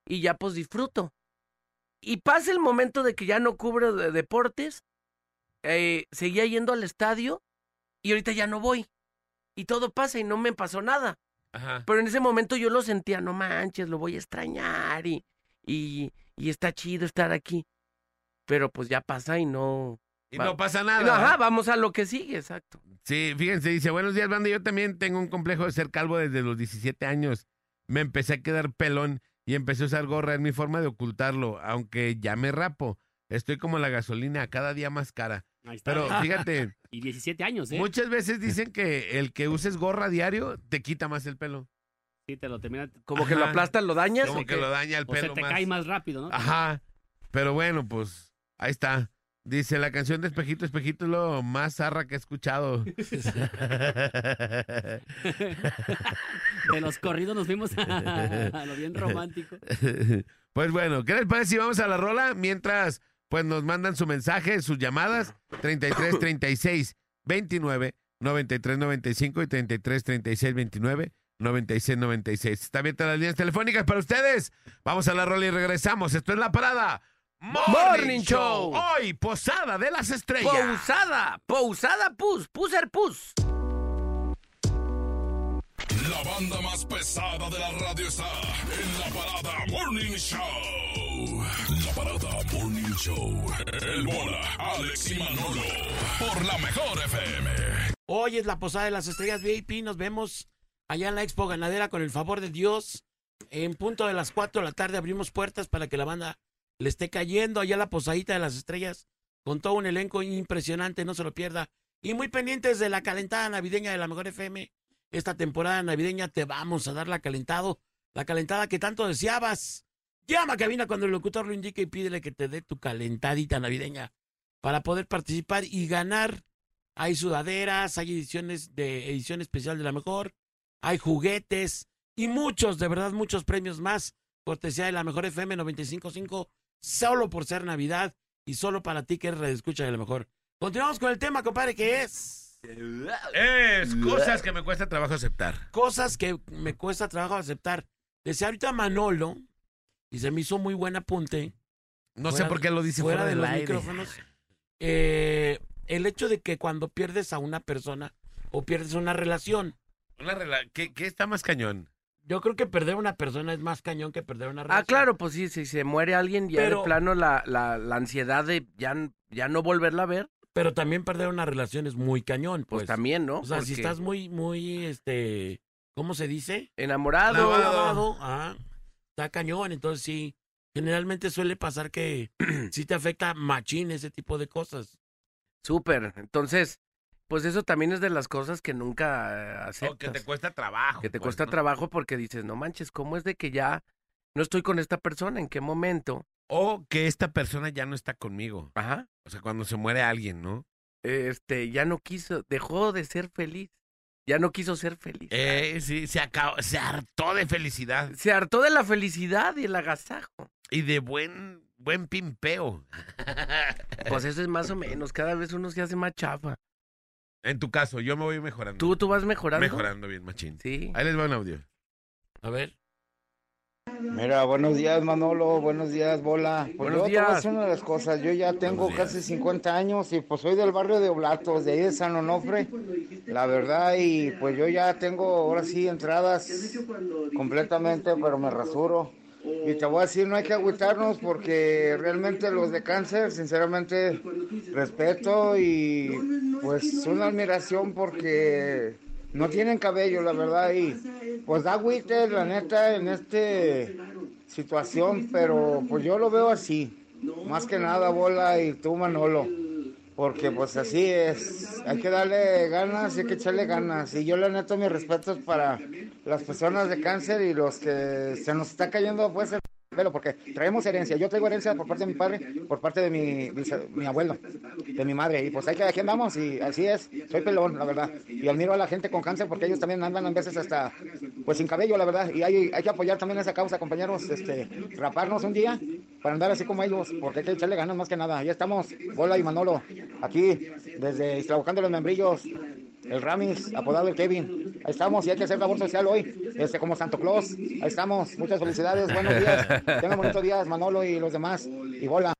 S5: Y ya pues disfruto. Y pasa el momento de que ya no cubro de deportes. eh, seguía yendo al estadio y ahorita ya no voy. Y todo pasa y no me pasó nada.
S4: Ajá.
S5: Pero en ese momento yo lo sentía, no manches, lo voy a extrañar y, y, y está chido estar aquí. Pero pues ya pasa y no.
S4: Y no pasa
S2: Ah,
S4: nada.
S5: No, ajá, vamos a lo que sigue, exacto.
S4: Sí, fíjense, dice, buenos días, banda. Yo también tengo un complejo de ser calvo desde los 17 años. Me empecé a quedar pelón y empecé a usar gorra. Es mi forma de ocultarlo, aunque ya me rapo. Estoy como la gasolina, cada día más cara.
S6: Ahí está.
S4: Pero fíjate,
S6: Y 17 años, ¿eh?
S4: muchas veces dicen que el que uses gorra diario te quita más el pelo.
S6: Sí, te lo termina.
S5: Como que lo
S4: Ajá.
S5: aplastas, lo dañas.
S4: Como
S5: ¿o
S4: que
S5: qué?
S4: lo daña el
S6: O se
S4: pelo
S6: te
S4: más.
S6: cae más rápido, ¿no?
S4: Ajá. Pero bueno, pues ahí está. Dice la canción de Espejito, Espejito es lo más zarra que he escuchado.
S6: De los corridos nos fuimos a, a lo bien romántico.
S4: Pues bueno, ¿qué les parece si vamos a la rola mientras pues nos mandan su mensaje, sus llamadas, 33 36 29 93 95 y 33 36 29 96 96. Está abierta las líneas telefónicas para ustedes. Vamos a la rola y regresamos. Esto es la parada.
S5: Morning Show.
S4: Hoy, Posada de las Estrellas.
S5: Pousada, pousada pus, puser pus.
S1: La banda más pesada de la radio está en la parada Morning Show. La parada Morning Show. El bola, Alex y Manolo. Por la mejor FM.
S2: Hoy es la Posada de las Estrellas VIP. Nos vemos allá en la Expo Ganadera con el favor de Dios. En punto de las 4 de la tarde abrimos puertas para que la banda le esté cayendo allá a la Posadita de las Estrellas con todo un elenco impresionante, no se lo pierda. Y muy pendientes de la calentada navideña de la Mejor FM. Esta temporada navideña te vamos a dar la calentado, la calentada que tanto deseabas. Llama a cabina cuando el locutor lo indique y pídele que te dé tu calentadita navideña para poder participar y ganar. Hay sudaderas, hay ediciones de edición especial de la mejor, hay juguetes y muchos, de verdad, muchos premios más. Cortesía de la mejor FM 955, solo por ser Navidad y solo para ti que eres redescucha de la mejor. Continuamos con el tema, compadre, que es
S4: Es cosas que me cuesta trabajo aceptar.
S2: cosas que me cuesta trabajo aceptar. Decía ahorita Manolo, y se me hizo muy buen apunte.
S4: No sé
S2: Fuera-
S4: por qué lo dice
S2: fuera,
S4: fuera,
S2: de
S4: del
S2: los
S4: aire.
S2: micrófonos. eh, el hecho de que cuando pierdes a una persona o pierdes una relación,
S4: Una rela- ¿Qué, qué está más cañón?
S2: yo creo que perder a una persona es más cañón que perder una relación.
S5: Ah, claro, pues sí, si se muere alguien, ya
S2: Pero-
S5: de plano la, la, la ansiedad de ya, n- ya no volverla a ver,
S2: Pero también perder una relación es muy cañón,
S5: pues,
S2: pues.
S5: también, ¿no?
S2: O sea, si
S5: Porque
S2: estás muy, muy, este, ¿cómo se dice?
S5: enamorado,
S4: Lavado.
S2: Clavado, ah, está cañón, entonces sí. Generalmente suele pasar que sí te afecta machín ese tipo de cosas.
S5: súper. Entonces, pues eso también es de las cosas que nunca eh, aceptas.
S4: O que te cuesta trabajo.
S5: que te
S4: pues,
S5: cuesta
S4: ¿no?
S5: trabajo porque dices, no manches, ¿cómo es de que ya no estoy con esta persona? ¿En qué momento?
S4: O que esta persona ya no está conmigo.
S5: Ajá.
S4: O sea, cuando se muere alguien, ¿no?
S5: Este, ya no quiso, dejó de ser feliz. Ya no quiso ser feliz.
S4: Eh, sí, se acabó, se hartó de felicidad
S5: Se hartó de la felicidad y el agasajo.
S4: y de buen, buen pimpeo.
S5: Pues eso es más o menos, cada vez uno se hace más chafa.
S4: En tu caso, yo me voy mejorando.
S5: Tú, tú vas mejorando.
S4: mejorando bien, machín.
S5: Sí.
S4: Ahí les va un audio.
S2: A ver.
S7: Mira, buenos días Manolo, buenos días Bola. Pues
S5: Buenos
S7: yo te voy a
S5: días.
S7: decir una de las cosas, yo ya tengo
S4: días.
S7: casi 50 años y pues soy del barrio de Oblatos, de ahí de San Onofre, la verdad, y pues yo ya tengo ahora sí entradas completamente, pero me rasuro. Y te voy a decir, no hay que agüitarnos porque realmente los de cáncer, sinceramente, respeto y pues una admiración porque no tienen cabello, la verdad, y pues da agüite, la neta, en este situación, pero pues yo lo veo así. Más que nada, Bola y tú, Manolo. Porque pues así es. Hay que darle ganas y hay que echarle ganas. Y yo le neto mis respetos para las personas de cáncer y los que se nos está cayendo pues el pelo, porque traemos herencia. Yo traigo herencia por parte de mi padre, por parte de mi, bis- mi abuelo, de mi madre. Y pues hay que, aquí andamos y así es. Soy pelón, la verdad. Y admiro a la gente con cáncer porque ellos también andan a veces hasta pues sin cabello, la verdad. Y hay, hay que apoyar también esa causa, compañeros. Este, raparnos un día para andar así como ellos, porque hay que echarle ganas más que nada. Ya estamos, Bola y Manolo, aquí desde Islahuacán de los Membrillos. El Ramis, apodado el Kevin. Ahí estamos y hay que hacer labor social hoy, este, como Santo Claus. Ahí estamos. Muchas felicidades, buenos días. Tengan bonitos días, Manolo y los demás. Y bola.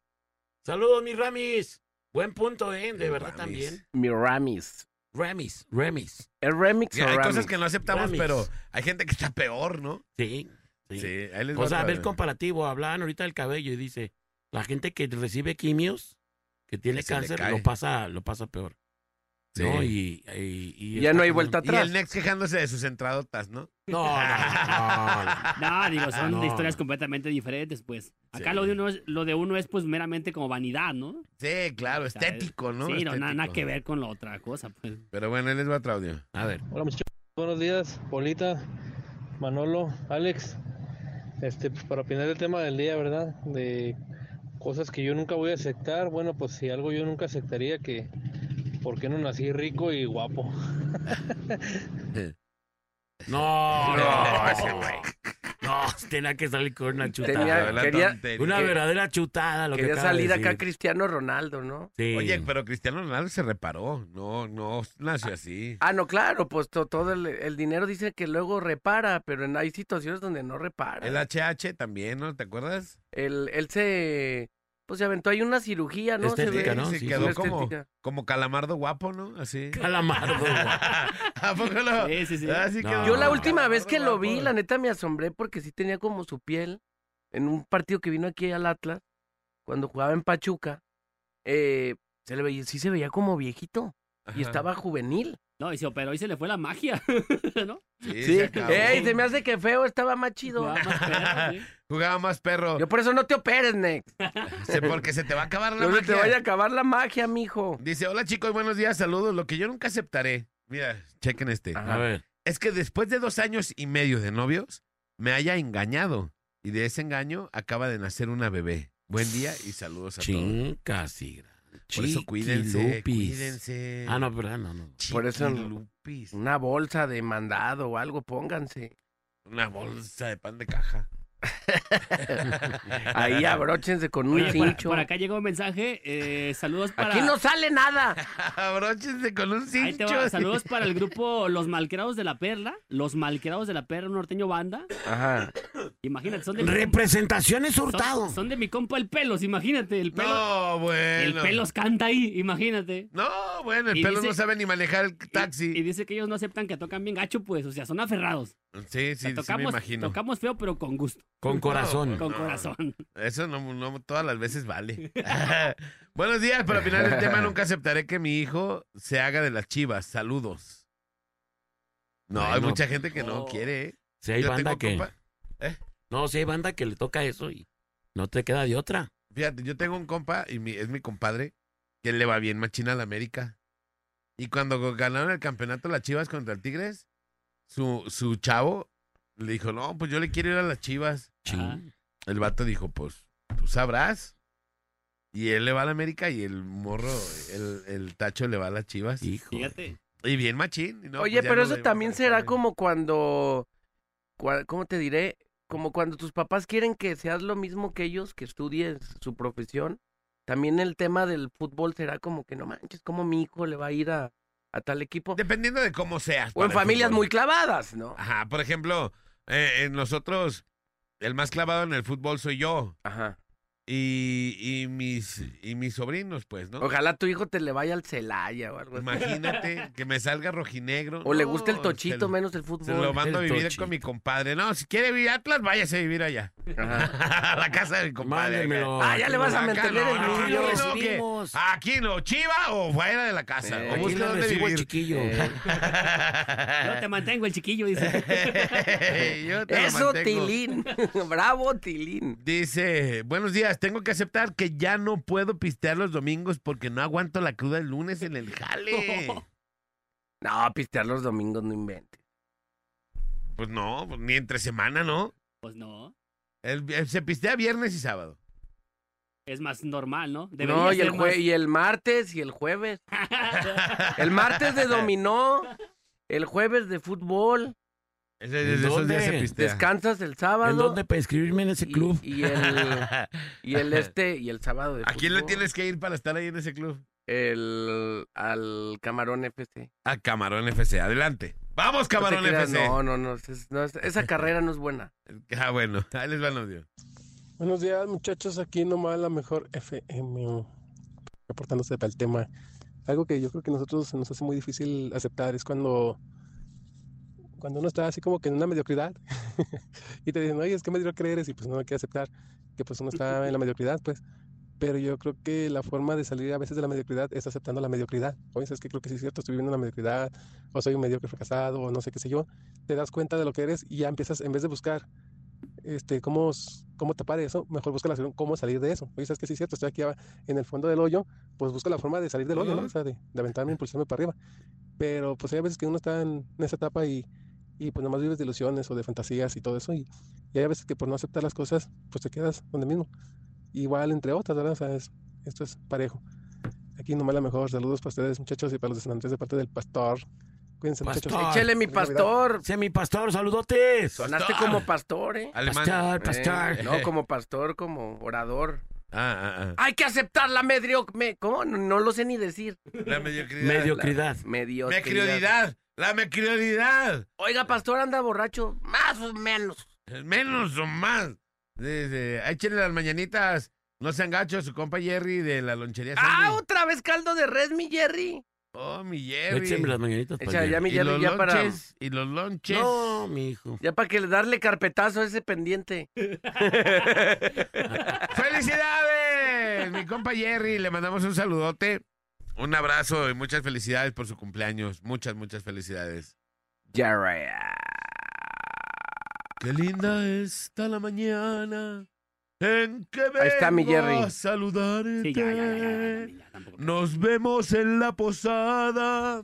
S2: Saludos, mi Ramis. Buen punto, ¿eh? De
S4: Mi
S2: verdad
S4: Ramis.
S2: también.
S5: Mi Ramis.
S2: Ramis, Ramis.
S5: ¿Es remix
S4: Sí,
S5: o
S4: hay
S5: Ramis?
S4: cosas que no aceptamos,
S2: Ramis.
S4: pero hay gente que está peor, ¿no?
S2: Sí.
S4: Sí,
S2: Sí.
S4: ahí les va
S2: O sea, a
S4: otro
S2: ver,
S4: audio.
S2: comparativo. Hablaban ahorita del cabello y dice, la gente que recibe quimios, que tiene
S4: Que se le
S2: cáncer,
S4: cae.
S2: lo pasa, lo pasa peor.
S4: Sí.
S2: ¿No? Y, y- y
S5: Ya
S2: está
S5: no hay
S2: cañón.
S5: vuelta
S4: Y
S5: atrás.
S4: el Nex quejándose de sus entradotas, ¿no?
S2: No, no, no, no.
S6: No, digo, son
S2: No.
S6: historias completamente diferentes, pues. Acá
S4: Sí.
S6: lo, de uno es, lo de uno es, pues, meramente como vanidad, ¿no?
S4: Sí, claro,
S6: sea, es-
S4: estético, ¿no?
S6: sí, no, na- nada,
S4: Estético.
S6: que ver con la otra cosa, pues.
S4: Pero bueno, ahí les va otro audio.
S2: A ver,
S8: Hola muchachos, buenos días, Polita, Manolo, Alex. Este, pues, para opinar el tema del día, ¿verdad? De cosas que yo nunca voy a aceptar. Bueno, pues si algo yo nunca aceptaría que por qué no nací rico y guapo.
S2: no,
S4: No,
S2: no,
S4: ese güey.
S2: No, tenía que salir con una chutada.
S5: Tenía-
S4: La
S5: quería-
S4: tontería.
S2: una verdadera chutada. Lo que
S5: Quería
S2: acaba de
S5: salir acá
S2: decir.
S5: Cristiano Ronaldo, ¿no?
S2: Sí.
S4: Oye, pero Cristiano Ronaldo se reparó. No, no nació así.
S5: Ah, no, claro, pues to- todo el, el dinero dice que luego repara, pero en, hay situaciones donde no repara.
S4: El HH también, ¿no? ¿Te acuerdas?
S5: Él, él se. Pues se aventó ahí una cirugía, ¿no? Se
S2: Estética,
S5: ve-
S2: ¿no?
S4: Se
S2: Sí,
S4: quedó
S5: sí.
S4: como,
S5: Estética.
S4: como calamardo guapo, ¿no? Así.
S2: Calamardo.
S4: ¿A poco no?
S6: Sí, sí, sí.
S4: Así
S2: No.
S4: quedó
S5: Yo la
S4: como
S5: última vez
S4: calamardo
S5: que lo vi,
S4: guapo.
S5: la neta me asombré porque sí tenía como su piel en un partido que vino aquí al Atlas, cuando jugaba en Pachuca. eh, se le veía, sí se veía como viejito y
S4: Ajá.
S5: estaba juvenil.
S6: No, y se operó y se le fue la magia, ¿no?
S4: Sí,
S5: Sí.
S4: se acabó.
S5: Ey, se me hace que feo, estaba más chido.
S6: Nada más, pero, ¿sí?
S4: Jugaba más perro.
S5: Yo por eso no te operes, Nex.
S4: Se- Porque se te va a acabar la
S5: No se te
S4: magia.
S5: vaya a acabar la magia, mijo.
S4: Dice, hola chicos, buenos días, saludos. Lo que yo nunca aceptaré. Mira, chequen este.
S5: Ajá.
S2: A ver.
S4: Es que después de dos años y medio de novios, me haya engañado. Y de ese engaño acaba de nacer una bebé. Buen día y saludos a todos.
S2: Chincasigra.
S4: Por eso cuídense,
S2: Chiquilupis.
S4: cuídense.
S2: Ah, no, pero ah, no, no.
S5: Por eso-
S4: Chiquilupis.
S5: Una bolsa de mandado o algo, pónganse.
S4: Una bolsa de pan de caja.
S5: Ahí abróchense con un
S6: Oye, por,
S5: cincho.
S6: por acá llegó un mensaje. eh, saludos para.
S5: Aquí no sale nada.
S4: Abróchense con un
S6: Ahí te va,
S4: cincho.
S6: Saludos para el grupo Los Malquerados de la Perla. Los Malquerados de la Perla, un norteño banda.
S5: Ajá.
S6: Imagínate, son de mi compa-
S2: Representaciones
S6: son,
S2: hurtado.
S6: son de mi compa el pelos, imagínate. El pelo,
S4: No,
S6: el
S4: bueno.
S6: pelos canta ahí, imagínate.
S4: No, bueno, el
S6: Y
S4: pelo
S6: dice-
S4: no sabe ni manejar el taxi.
S6: Y, y dice que ellos no aceptan que tocan bien gacho, pues, o sea, son aferrados.
S4: sí,
S6: O sea,
S4: sí, sí, me
S6: tocamos,
S4: imagino.
S6: tocamos feo, pero con gusto,
S2: Con corazón.
S4: No,
S6: con
S4: no.
S6: corazón.
S4: Eso no, no todas las veces vale. Buenos días, para final del tema nunca aceptaré que mi hijo se haga de las chivas. Saludos. No, hay
S2: Bueno,
S4: mucha gente que no,
S2: no.
S4: quiere. ¿eh?
S2: Si hay
S4: Yo
S2: banda
S4: tengo
S2: que.
S4: compa-
S2: No, si hay banda que le toca eso y no te queda de otra.
S4: Fíjate, yo tengo un compa y mi- es mi compadre que le va bien machina a la América. Y cuando ganaron el campeonato las Chivas contra el Tigres, su, su chavo le dijo, no, pues yo le quiero ir a las Chivas.
S2: Chin.
S6: Ah.
S4: El vato dijo, pues, tú sabrás. Y él le va a la América y el morro, el, el tacho le va a las chivas. Y,
S2: Hijo.
S6: Fíjate.
S4: bien machín. y no,
S5: Oye,
S4: pues ya
S5: pero
S4: no
S5: eso
S4: le iba a
S5: también
S4: alcanzar.
S5: será como cuando, cua- ¿cómo te diré? Como cuando tus papás quieren que seas lo mismo que ellos, que estudies su profesión. También el tema del fútbol será como que no manches, ¿cómo mi hijo le va a ir a, a tal equipo?
S4: Dependiendo de cómo seas.
S5: O
S4: para
S5: en
S4: el
S5: familias
S4: fútbol. Ah,
S5: muy clavadas, ¿no?
S4: Ajá, por ejemplo, eh, eh, nosotros, el más clavado en el fútbol soy yo.
S5: Ajá.
S4: Y, y, mis, y mis sobrinos, pues, ¿no?
S5: Ojalá tu hijo te le vaya al Celaya o algo así.
S4: Imagínate que me salga rojinegro.
S5: O le
S4: No,
S5: gusta el tochito,
S4: se-
S5: menos el
S4: Se lo
S5: fútbol.
S4: mando a
S2: El
S4: vivir
S2: tochito.
S4: con mi compadre. No, si quiere vivir Atlas, váyase a vivir allá.
S5: Ajá.
S4: A la casa de mi compadre.
S2: Mándenmelo.
S5: Ah, ya le vas a
S4: Acá
S5: mantener
S4: no,
S5: el
S4: no,
S5: niño.
S4: no, Ah, no.
S2: recibimos.
S4: Aquí no, chiva o fuera de la casa.
S5: Sí,
S4: o
S5: aquí
S2: Eh, Aquí
S4: busca
S2: lo
S4: dónde
S2: recibo el
S4: vivir. Eh,
S2: chiquillo.
S6: Yo te mantengo el chiquillo, dice.
S4: Yo te lo
S5: Eso,
S4: mantengo.
S5: Tilín. Bravo, Tilín.
S4: Dice, buenos días, tengo que aceptar que ya no puedo pistear los domingos porque no aguanto la cruda el lunes en el jale.
S5: No, pistear los domingos no inventes.
S4: Pues no, pues ni entre semana, ¿no?
S6: Pues no.
S4: El- el- se pistea viernes y sábado.
S6: Es más normal, ¿no?
S5: no,
S6: Debería
S5: y el,
S6: ser más-
S5: jue- y el martes y el jueves. El martes de dominó, el jueves de fútbol,
S4: Ese- ese- esos
S2: dónde?
S4: días se pistea.
S5: descansas el sábado.
S2: ¿En dónde para inscribirme en ese
S5: y-
S2: club?
S5: Y, el, y el este y el sábado de
S4: ¿A quién le
S5: fútbol.
S4: tienes que ir para estar ahí en ese club?
S5: El, al Camarón FC.
S4: A Camarón FC, adelante. Vamos,
S5: No te
S4: Camarón
S5: creas,
S4: FC.
S5: No, no, no, es- no, es- esa carrera no es buena.
S4: Ah, bueno, ahí les va el audio.
S8: Buenos días, muchachos. Aquí nomás la mejor FM reportándose para el tema. Algo que yo creo que nosotros se nos hace muy difícil aceptar es cuando, cuando uno está así como que en una mediocridad y te dicen, oye, es que mediocre eres y pues no lo quiere aceptar que pues uno está en la mediocridad, pues. Pero yo creo que la forma de salir a veces de la mediocridad es aceptando la mediocridad. Oye, es que creo que sí es cierto, estoy viviendo en la mediocridad o soy un mediocre fracasado o no sé qué sé yo. Te das cuenta de lo que eres y ya empiezas, en vez de buscar este, cómo, s- cómo tapar eso, mejor busca la solución, cómo salir de eso. Oye, sabes que sí es cierto, estoy aquí a- en el fondo del hoyo, pues busca la forma de salir del hoyo, ¿no? O sea, de, de aventarme, impulsarme para arriba. Pero pues hay veces que uno está en esa etapa y, y pues nomás vives de ilusiones o de fantasías y todo eso. Y, y hay veces que por no aceptar las cosas, pues te quedas donde mismo. Igual entre otras, ¿verdad? O sea, es- esto es parejo. Aquí nomás la mejor. Saludos para ustedes, muchachos, y para los de San Andrés de parte del pastor.
S9: Cuídense, muchachos.
S2: Pastor.
S5: Échele mi pastor.
S2: Semi Pastor, saludotes.
S5: Sonaste como pastor, ¿eh?
S4: Alemán.
S2: Pastor, pastor.
S5: Eh, no, como pastor, como orador.
S4: Ah, ah,
S5: Hay que aceptar la mediocridad. ¿Cómo? No, no lo sé ni decir.
S4: ah. La mediocridad.
S2: Mediocridad.
S5: Mediocridad.
S4: Mediocridad. La mediocridad.
S5: Oiga, pastor, anda borracho. Más o menos.
S4: Menos o más. Desde, échenle las mañanitas. No sean gachos, su compa Jerry de la lonchería.
S5: Ah,
S4: Sandy.
S5: otra vez caldo de res, mi Jerry.
S4: Oh, mi Jerry.
S2: Échenme las mañanitas. para
S5: Échale Pues ya, mi
S4: y los
S5: Jerry, ya para,
S4: lonches. Y los lonches.
S2: No, mi hijo.
S5: ya para que le darle carpetazo a ese pendiente.
S4: ¡Felicidades! Mi compa Jerry, le mandamos un saludote, un abrazo y muchas felicidades por su cumpleaños. Muchas, muchas felicidades.
S5: Jerry.
S4: Qué linda está la mañana en que vengo
S5: Ahí está mi Jerry.
S4: a saludarte.
S6: Sí, ya, ya, ya, ya, ya, ya, tampoco.
S4: Nos vemos en la posada.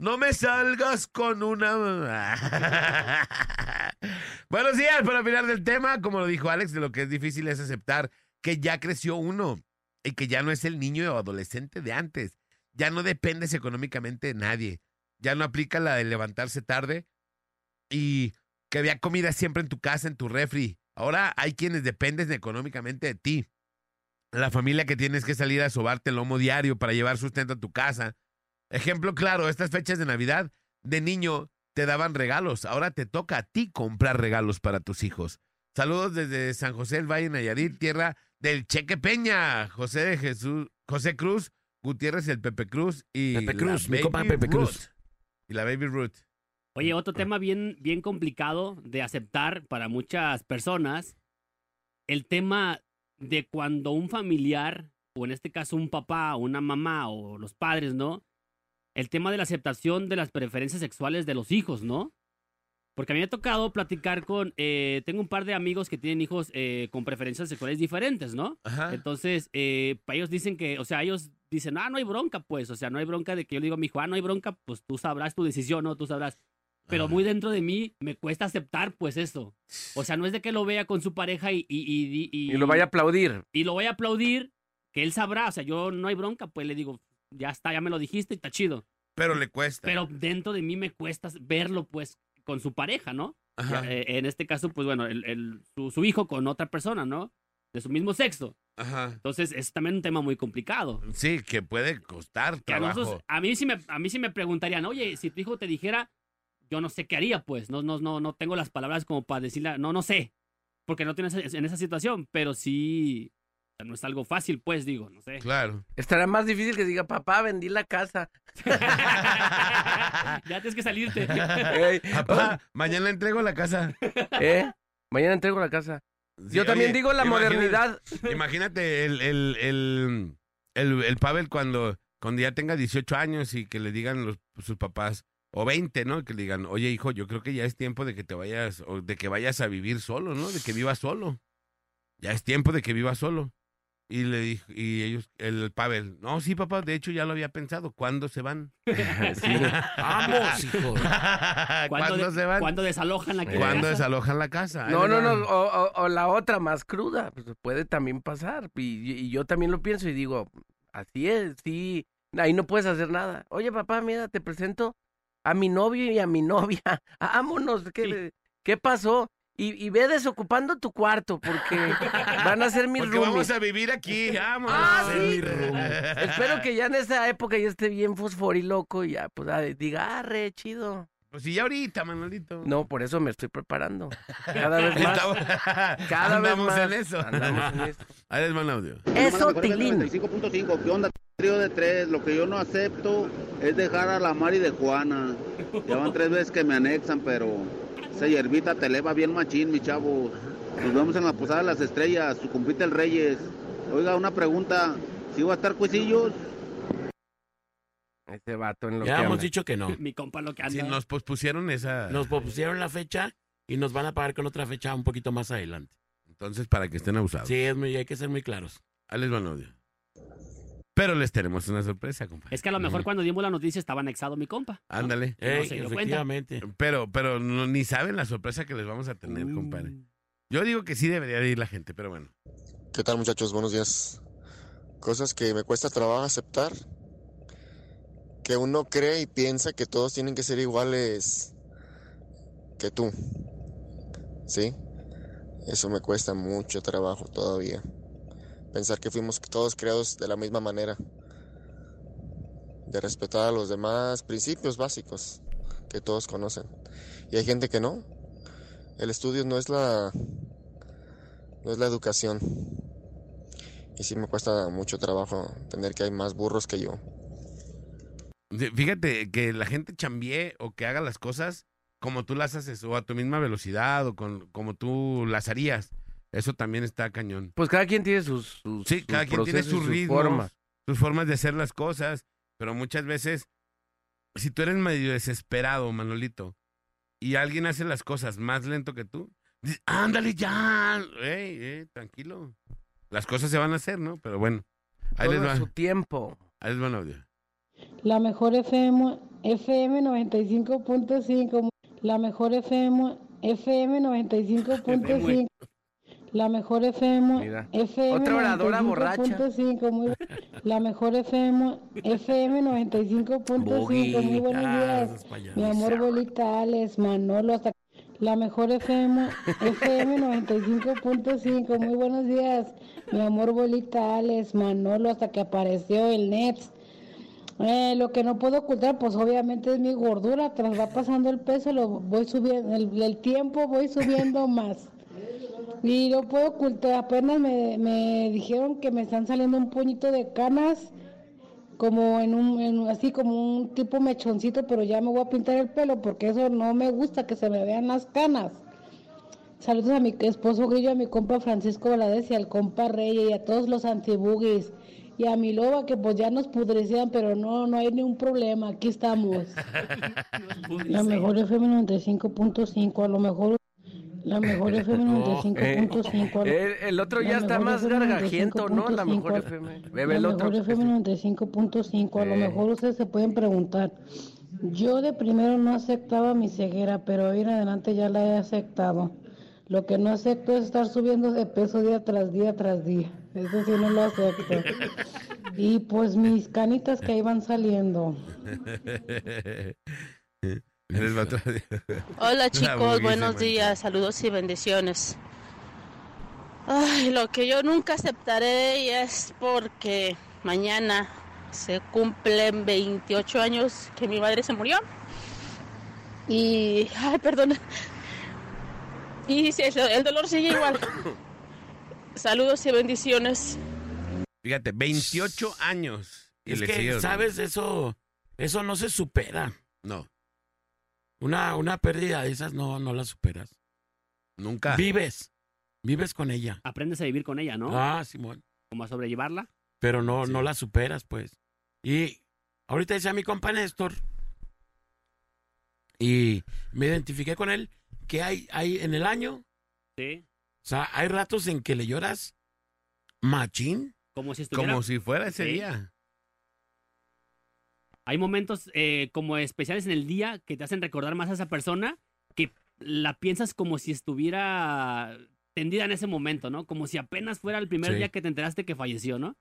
S4: No me salgas con una. Buenos días, para opinar del tema, como lo dijo Alex, de lo que es difícil es aceptar que ya creció uno y que ya no es el niño o adolescente de antes. Ya no dependes económicamente de nadie. Ya no aplica la de levantarse tarde y que había comida siempre en tu casa, en tu refri. Ahora hay quienes dependen económicamente de ti. La familia que tienes que salir a sobarte el lomo diario para llevar sustento a tu casa. Ejemplo claro, estas fechas de Navidad, de niño te daban regalos. Ahora te toca a ti comprar regalos para tus hijos. Saludos desde San José del Valle Nayarit, tierra del Cheque Peña, José de Jesús, José Cruz, Gutiérrez el Pepe Cruz y
S2: Pepe
S4: la
S2: Cruz, mi
S4: Baby
S2: compa Pepe
S4: Ruth.
S2: Cruz.
S4: Y la Baby Ruth.
S6: Oye, otro tema bien, bien complicado de aceptar para muchas personas, el tema de cuando un familiar, o en este caso un papá, o una mamá, o los padres, ¿no? El tema de la aceptación de las preferencias sexuales de los hijos, ¿no? Porque a mí me ha tocado platicar con, eh, tengo un par de amigos que tienen hijos eh, con preferencias sexuales diferentes, ¿no?
S4: Ajá.
S6: Entonces, eh, pa- ellos dicen que, o sea, ellos dicen, ah, no hay bronca, pues, o sea, no hay bronca de que yo le digo a mi hijo, ah, no hay bronca, pues tú sabrás tu decisión, ¿no? Tú sabrás. Pero muy dentro de mí me cuesta aceptar, pues, eso. O sea, no es de que lo vea con su pareja y, y, y,
S5: Y lo vaya a aplaudir.
S6: y lo voy a aplaudir, que él sabrá, o sea, yo no hay bronca, pues le digo, ya está, ya me lo dijiste y está chido.
S4: Pero le cuesta.
S6: Pero dentro de mí me cuesta verlo, pues, con su pareja, ¿no?
S4: Ajá,
S6: Eh, en este caso, pues, bueno, el, el- su, su hijo con otra persona, ¿no? De su mismo sexo.
S4: ajá.
S6: Entonces, es también un tema muy complicado.
S4: Sí, que puede costar
S6: Que a,
S4: trabajo.
S6: nosotros- a mí sí me, a mí sí me preguntarían, oye, si tu hijo te dijera, yo no sé qué haría, pues, no, no, no, no tengo las palabras como para decirle, no, no sé, porque no tienes en esa situación, pero sí, o sea, no es algo fácil, pues, digo, no sé.
S4: Claro.
S5: Estará más difícil que diga, papá, vendí la casa.
S6: ya tienes que salirte.
S5: Ey,
S4: Papá, mañana entrego la casa.
S5: ¿eh? Mañana entrego la casa. Yo
S4: Sí,
S5: también
S4: oye,
S5: digo la
S4: imagina-
S5: modernidad.
S4: Imagínate el, el, el, el, el Pavel cuando, cuando ya tenga 18 años y que le digan los, sus papás, o 20, ¿no? Que le digan, oye, hijo, yo creo que ya es tiempo de que te vayas, o de que vayas a vivir solo, ¿no? De que vivas solo. Ya es tiempo de que vivas solo. Y le dijo, y ellos, el Pavel, no, sí, papá, de hecho ya lo había pensado, ¿cuándo se van?
S2: Vamos, hijo.
S4: ¿Cuándo,
S6: de-
S4: se van?
S6: cuándo desalojan la
S4: ¿Cuándo
S6: casa?
S4: desalojan la casa?
S5: No,
S4: Ahí
S5: no,
S4: les
S5: no.
S4: van.
S5: O, o- o la otra más cruda. pues, puede también pasar. Y, y yo también lo pienso y digo, así es, sí. Ahí no puedes hacer nada. Oye, papá, mira, te presento a mi novio y a mi novia. Vámonos. ¿Qué,
S6: Sí.
S5: qué pasó? Y, y ve desocupando tu cuarto porque van a ser mis
S4: Porque
S5: roomies.
S4: vamos a vivir aquí, vamos.
S5: Ah, sí.
S4: Espero
S5: Espero que ya en esa época ya esté bien fosforiloco y ya, pues, ah, diga, ah, re chido.
S4: Pues sí, ya ahorita, Manolito.
S5: No, por eso me estoy preparando. Cada vez más.
S4: Estamos-
S5: Cada
S4: andamos
S5: vez más.
S4: en eso.
S5: Andamos en eso.
S4: Ahí les manda audio.
S5: Eso, Tilín.
S10: 95.5, ¿qué onda? Trío de tres, lo que yo no acepto es dejar a la Mari de Juana. Ya van tres veces que me anexan, pero esa hierbita te eleva bien machín, mi chavo. Nos vemos en la Posada de las Estrellas, su compite el Reyes. Oiga, una pregunta, ¿sí va a estar Cuisillos?
S5: Ese Este vato en lo
S2: Ya
S5: que
S2: hemos
S5: anda.
S2: dicho que no.
S6: Mi compa lo que anda.
S4: Sí, nos pospusieron esa.
S2: Nos propusieron la fecha y nos van a pagar con otra fecha un poquito más adelante.
S4: Entonces, para que estén
S5: Ah,
S4: abusados.
S2: Sí, es muy, hay que ser muy claros.
S4: Ahí les manda audio. Pero les tenemos una sorpresa, compadre.
S6: Es que a lo mejor
S4: Ujú.
S6: cuando dimos la noticia estaba anexado mi compa.
S4: Ándale.
S2: Ey,
S6: se dio cuenta.
S2: efectivamente.
S4: Pero, pero no- ni saben la sorpresa que les vamos a tener, compadre. Yo digo que sí debería de ir la gente, pero bueno.
S11: ¿Qué tal muchachos? Buenos días. Cosas que me cuesta trabajo aceptar.
S9: que uno cree y piensa que todos tienen que ser iguales que tú. ¿Sí? Eso me cuesta mucho trabajo todavía. Pensar que fuimos todos creados de la misma manera. De respetar a los demás principios básicos que todos conocen. Y hay gente que no. El estudio no es la no es la educación. Y sí me cuesta mucho trabajo tener que hay más burros que yo.
S4: Fíjate que la gente chambie o que haga las cosas como tú las haces, o a tu misma velocidad, o con, como tú las harías. Eso también está cañón.
S5: Pues cada quien tiene sus, sus
S4: Sí, cada quien tiene
S5: procesos
S4: sus
S5: y
S4: ritmos,
S5: formas.
S4: sus formas de hacer las cosas, pero muchas veces, si tú eres medio desesperado, Manolito, y alguien hace las cosas más lento que tú, dices, ándale ya, ey, ey, tranquilo. Las cosas se van a hacer, ¿no? Pero bueno, ahí
S5: Todo
S4: les va,
S5: a su tiempo.
S4: ahí les va un audio.
S11: La mejor FM, FM 95.5. La mejor FM, FM 95.5. La mejor FM,
S5: Mira,
S11: FM
S5: otra oradora
S11: 95.5, muy bu- La mejor FM, FM 95.5. Muy buenos días. Mi amor, bolita, Alex, Manolo, hasta la mejor FM, FM 95.5. Muy buenos días, mi amor, bolita, Alex, Manolo, hasta que apareció el Nets. Eh, lo que no puedo ocultar, pues obviamente es mi gordura. Tras va pasando el peso, lo voy subiendo, el, el tiempo voy subiendo más. Y no puedo ocultar, apenas me, me dijeron que me están saliendo un puñito de canas, como en un, en un- así como un tipo mechoncito, pero ya me voy a pintar el pelo porque eso no me gusta, que se me vean las canas. Saludos a mi esposo Grillo, a mi compa Francisco Valadez y al compa Reyes y a todos los antibugis. Y a mi loba que pues ya nos pudrecían, pero no, no hay ningún problema, aquí estamos. La mejor FM 95.5, a lo mejor... La mejor FM
S2: Oh.
S11: 95.5. a lo-
S5: El, Eh, el otro ya
S11: la
S5: está
S11: mejor
S5: más
S11: FM
S5: gargajiento, ¿no? La mejor
S11: 95.5.
S5: FM. Bebe el
S11: La
S5: otro.
S11: mejor FM 95.5. A lo mejor ustedes se pueden preguntar. Yo de primero no aceptaba mi ceguera, pero hoy en adelante ya la he aceptado. Lo que no acepto es estar subiendo de peso día tras día tras día. Eso sí no lo acepto. Y pues mis canitas que ahí van saliendo.
S4: Ahí les va otro audio.
S12: Hola
S4: burguesa
S12: chicos, buenos
S4: manchada.
S12: días, saludos y bendiciones. Ay, lo que yo nunca aceptaré y es porque mañana se cumplen 28 años que mi madre se murió. Y, ay, perdona. Y sí, el el dolor sigue igual. Saludos y bendiciones.
S4: Fíjate, 28 años. y
S2: Es
S4: le
S2: que,
S4: sigue doliendo.
S2: ¿sabes? Eso, eso no se supera.
S4: No,
S2: Una, una pérdida de esas no, no la superas.
S4: nunca.
S2: Vives. Vives con ella.
S6: Aprendes a vivir con ella, ¿no?
S2: Ah, Simón.
S6: Como a sobrellevarla.
S2: Pero no,
S4: Sí.
S2: no la superas, pues. Y ahorita decía mi compa Néstor. Y me identifiqué con él que hay, hay en el año,
S6: Sí.
S2: o sea, hay ratos en que le lloras machín.
S6: Como si estuviera.
S4: Como si fuera ese
S6: Sí.
S4: día.
S6: Hay momentos eh, como especiales en el día que te hacen recordar más a esa persona que la piensas como si estuviera tendida en ese momento, ¿no? Como si apenas fuera el primer
S4: Sí.
S6: día que te enteraste que falleció, ¿no?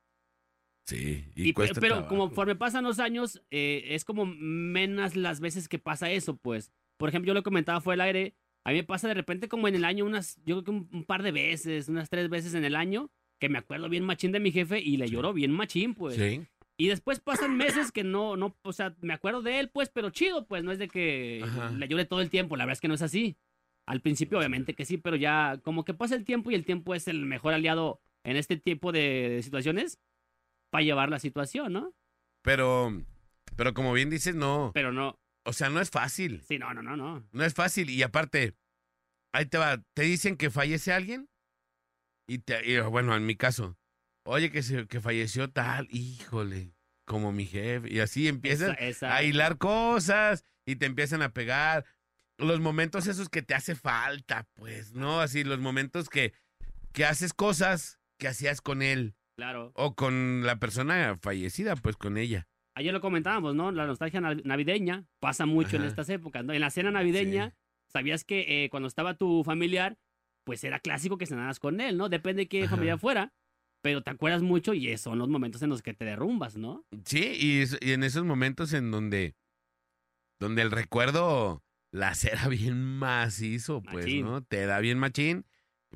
S4: Sí,
S6: Y
S4: y,
S6: pe-
S4: cuesta
S6: pero
S4: trabajo.
S6: conforme pasan los años, eh, es como menos las veces que pasa eso, pues. Por ejemplo, yo lo comentaba fuera del aire, a mí me pasa de repente como en el año unas, yo creo que un, un par de veces, unas tres veces en el año, que me acuerdo bien machín de mi jefe y le lloro bien machín, pues.
S2: Sí.
S6: Y después pasan meses que no, no, o sea, me acuerdo de él, pues, pero chido, pues, no es de que
S4: Ajá.
S6: le llore todo el tiempo, la verdad es que no es así. Al principio, obviamente que sí, pero ya como que pasa el tiempo y el tiempo es el mejor aliado en este tipo de, de situaciones para llevar la situación, ¿no?
S4: Pero, pero como bien dices, no.
S6: Pero no,
S4: O sea, no es fácil.
S6: sí, no, no, no, no.
S4: No es fácil. Y aparte, ahí te va. Te dicen que fallece alguien. Y, te, y, bueno, en mi caso. Oye, que, se, que falleció tal. Híjole. Como mi jefe. Y así empiezas
S6: esa,
S4: a hilar cosas. Y te empiezan a pegar. Los momentos esos que te hace falta, pues, ¿no? Así, los momentos que, que haces cosas que hacías con él.
S6: claro.
S4: O con la persona fallecida, pues con ella.
S6: Ayer lo comentábamos, ¿no? La nostalgia nav- navideña pasa mucho en
S4: Ajá.
S6: estas épocas, ¿no? En la cena navideña, sabías que eh, cuando estaba tu familiar, pues era clásico que cenaras con él, ¿no? Depende de qué
S4: Ajá.
S6: familia fuera. pero te acuerdas mucho y son los momentos en los que te derrumbas, ¿no?
S4: Sí, y, es- y en esos momentos en donde, donde el recuerdo lacera bien macizo, pues,
S6: Machín.
S4: ¿no? Te da bien machín,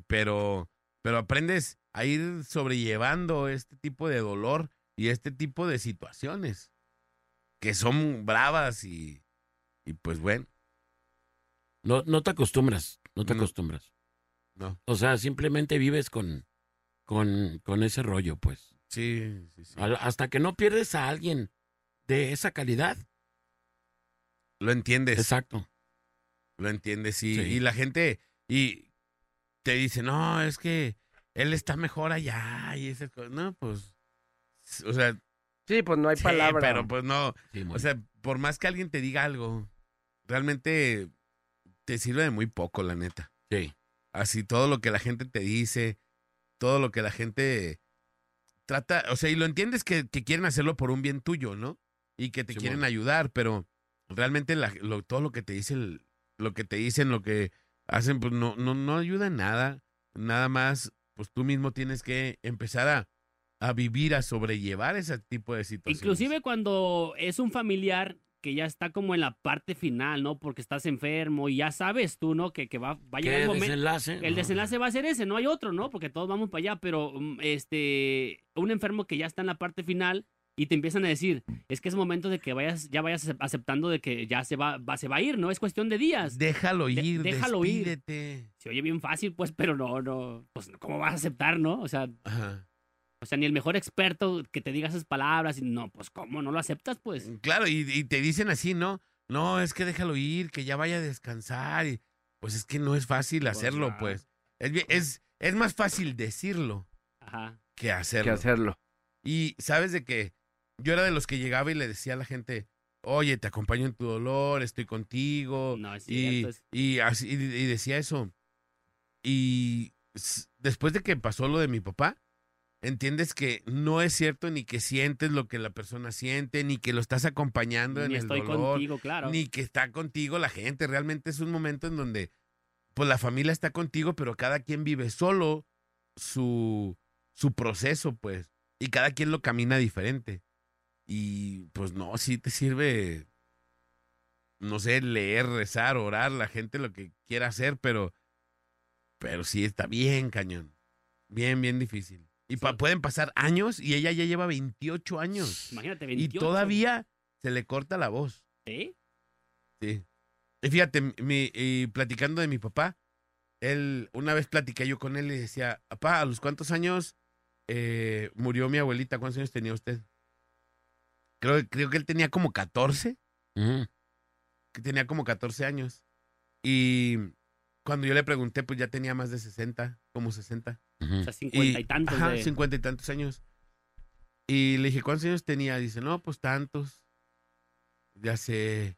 S4: pero, pero aprendes a ir sobrellevando este tipo de dolor y este tipo de situaciones que son bravas y, y pues bueno,
S2: No, no te acostumbras, no te
S4: No.
S2: acostumbras.
S4: No.
S2: O sea, simplemente vives con, con, con ese rollo, pues.
S4: sí, sí, sí.
S2: Al- hasta que no pierdes a alguien de esa calidad.
S4: Lo entiendes.
S2: Exacto.
S4: Lo entiendes, y,
S2: Sí.
S4: y la gente y te dice, no, es que él está mejor allá y esas cosas. No, pues, o sea,
S5: Sí, pues no hay
S4: sí,
S5: palabra.
S4: pero pues no.
S2: Sí, muy
S4: O sea, por más que alguien te diga algo, realmente te sirve de muy poco, la neta.
S2: bien. Sí.
S4: Así todo lo que la gente te dice, todo lo que la gente trata, o sea, y lo entiendes que, que quieren hacerlo por un bien tuyo, ¿no? Y que te
S2: Simón.
S4: quieren ayudar, pero realmente la- lo- todo lo que te dice, el- lo que te dicen, lo que hacen, pues no, no, no ayuda en nada. Nada más, pues tú mismo tienes que empezar a, a vivir, a sobrellevar ese tipo de situaciones.
S6: Inclusive cuando es un familiar que ya está como en la parte final, ¿no? Porque estás enfermo y ya sabes tú, ¿no? Que, que va, va a llegar
S2: ¿Qué
S6: el momento.
S2: desenlace?
S6: El
S2: Ajá.
S6: desenlace va a ser ese, no hay otro, ¿no? Porque todos vamos para allá, pero mm, este, un enfermo que ya está en la parte final y te empiezan a decir, es que es momento de que vayas, ya vayas acep- aceptando de que ya se va, va- se va a ir, ¿no? Es cuestión de días.
S4: Déjalo
S6: De-
S4: ir,
S6: déjalo ir.
S4: despídete.
S6: Se oye bien fácil, pues, pero no, no, pues, ¿cómo vas a aceptar, no? O sea,
S4: Ajá.
S6: o sea, ni el mejor experto que te diga esas palabras, y no, pues, ¿cómo? ¿No lo aceptas, pues?
S4: Claro, y, y te dicen así, ¿no? No, es que déjalo ir, que ya vaya a descansar. y- pues es que no es fácil hacerlo,
S6: claro.
S4: pues. Es, bien- es, es más fácil decirlo
S6: Ajá.
S4: que hacerlo.
S5: que hacerlo.
S4: Y sabes de que yo era de los que llegaba y le decía a la gente, oye, te acompaño en tu dolor, estoy contigo.
S6: No, es
S4: y,
S6: cierto, es-
S4: y así, y- y decía eso. Y s- después de que pasó lo de mi papá, entiendes que no es cierto ni que sientes lo que la persona siente, ni que lo estás acompañando en
S6: Ni
S4: el
S6: estoy
S4: dolor,
S6: contigo, claro.
S4: ni que está contigo la gente. Realmente es un momento en donde pues la familia está contigo, pero cada quien vive solo su, su proceso, pues. Y cada quien lo camina diferente. Y pues no, sí te sirve, no sé, leer, rezar, orar, la gente lo que quiera hacer, pero, pero sí está bien cañón. Bien, bien difícil. Y pa-
S6: Sí.
S4: pueden pasar años y ella ya lleva 28 años.
S6: Imagínate, ¿eh?
S4: Y
S6: 28.
S4: todavía se le corta la voz.
S6: ¿Sí?
S4: Sí. Y fíjate, mi- mi- y platicando de mi papá, él, una vez platiqué yo con él y decía, papá, ¿a los cuántos años eh, murió mi abuelita? ¿Cuántos años tenía usted? Creo, creo que él tenía como 14,
S2: Ujú.
S4: que tenía como 14 años. Y cuando yo le pregunté, pues ya tenía más de 60, como 60.
S2: Ujú.
S6: O sea, 50 y, tantos.
S4: Ajá,
S6: de-
S4: 50 y tantos años. Y le dije, ¿cuántos años tenía? Dice, no, pues tantos. Ya sé.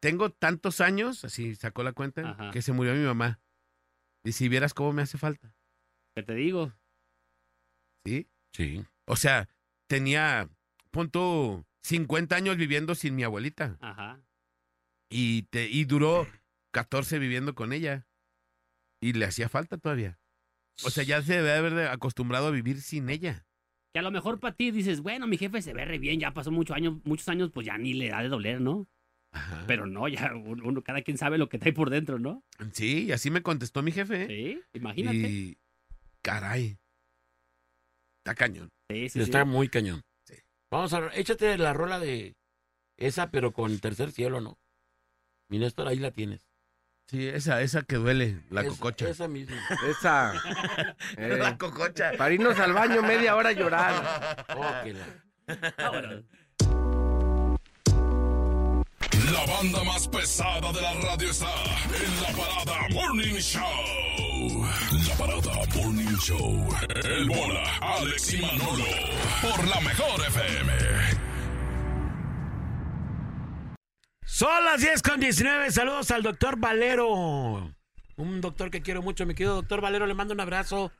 S4: Tengo tantos años, así sacó la cuenta,
S6: Ajá.
S4: que se murió mi mamá. Y si vieras cómo me hace falta,
S6: ¿Qué te digo?
S4: ¿sí?
S2: Sí.
S4: O sea, tenía, punto, 50 años viviendo sin mi abuelita.
S6: Ajá.
S4: Y, te, y duró 14 viviendo con ella. Y le hacía falta todavía. O sea, ya se debe haber acostumbrado a vivir sin ella.
S6: Que a lo mejor para ti dices, bueno, mi jefe se ve re bien, ya pasó muchos años, muchos años, pues ya ni le da de doler, ¿no?
S4: Ajá.
S6: Pero no, ya uno, uno- cada quien sabe lo que trae por dentro, ¿no?
S4: Sí, y así me contestó mi jefe. ¿eh?
S6: Sí, imagínate.
S4: Y caray. Está cañón.
S6: Sí, sí, sí.
S2: Está muy cañón.
S4: Sí.
S2: Vamos a échate la rola de esa, pero con tercer cielo, ¿no? Mi Néstor, ahí la tienes.
S4: Sí, esa, esa que duele, la
S2: Esa-
S4: cococha.
S2: Esa misma.
S5: Esa. eh,
S4: cococha.
S5: para irnos al baño media hora a llorar.
S2: Oh, que la-
S6: Vámonos.
S1: La banda más pesada de la radio está en la parada Morning Show. La parada Morning Show. El bola, Alex y Manolo. Por la mejor FM.
S2: Son las 10 con 19. Saludos al doctor Valero. Un doctor que quiero mucho, mi querido doctor Valero. Le mando un abrazo.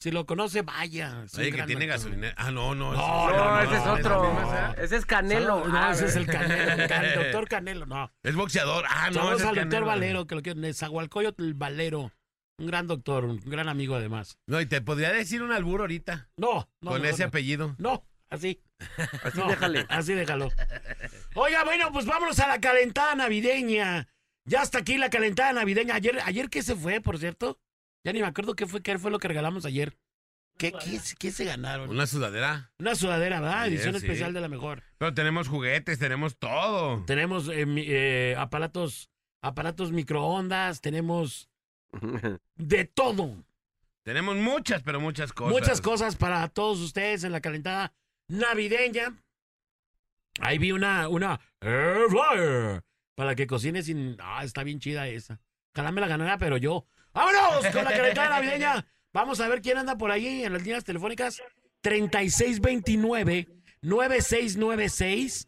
S2: Si lo conoce, vaya. Es un
S4: Oye, que
S2: gran
S4: tiene
S2: doctor.
S4: gasolina. Ah, no, no.
S2: No,
S5: No,
S2: no,
S5: ese es
S2: no,
S5: otro.
S2: no, no.
S5: Ese es Canelo.
S2: Saludos- No,
S5: Ah,
S2: ese es el Canelo. El can- doctor Canelo, no.
S4: Es boxeador. Ah, no.
S2: Saludos
S4: ese es
S2: al doctor
S4: Canelo.
S2: Valero, que lo quiero. Nezahualcóyotl Valero. Un gran doctor, un gran amigo además.
S4: No, y te podría decir un albur ahorita.
S2: No, no.
S4: con
S2: mejor
S4: ese
S2: no.
S4: apellido.
S2: No, así.
S5: Así
S2: No,
S5: déjale.
S2: Así déjalo. Oiga, bueno, pues vámonos a la calentada navideña. Ya está aquí la calentada navideña. Ayer, ayer ¿qué se fue, por cierto? Ya ni me acuerdo qué fue, qué fue lo que regalamos ayer. ¿Qué, qué, qué se ganaron?
S4: Una sudadera.
S2: Una sudadera, ¿verdad?
S4: Ayer,
S2: Edición
S4: sí.
S2: especial de la mejor.
S4: Pero tenemos juguetes, tenemos todo.
S2: Tenemos eh, mi- eh, aparatos, aparatos microondas, tenemos de todo.
S4: Tenemos muchas, pero muchas cosas.
S2: Muchas cosas para todos ustedes en la calentada navideña. Ahí vi una, una air fryer para que cocine sin. Ah, está bien chida esa. Ojalá me la ganara, pero yo. ¡Vámonos con la calentada navideña! Vamos a ver quién anda por ahí en las líneas telefónicas. 3629-9696.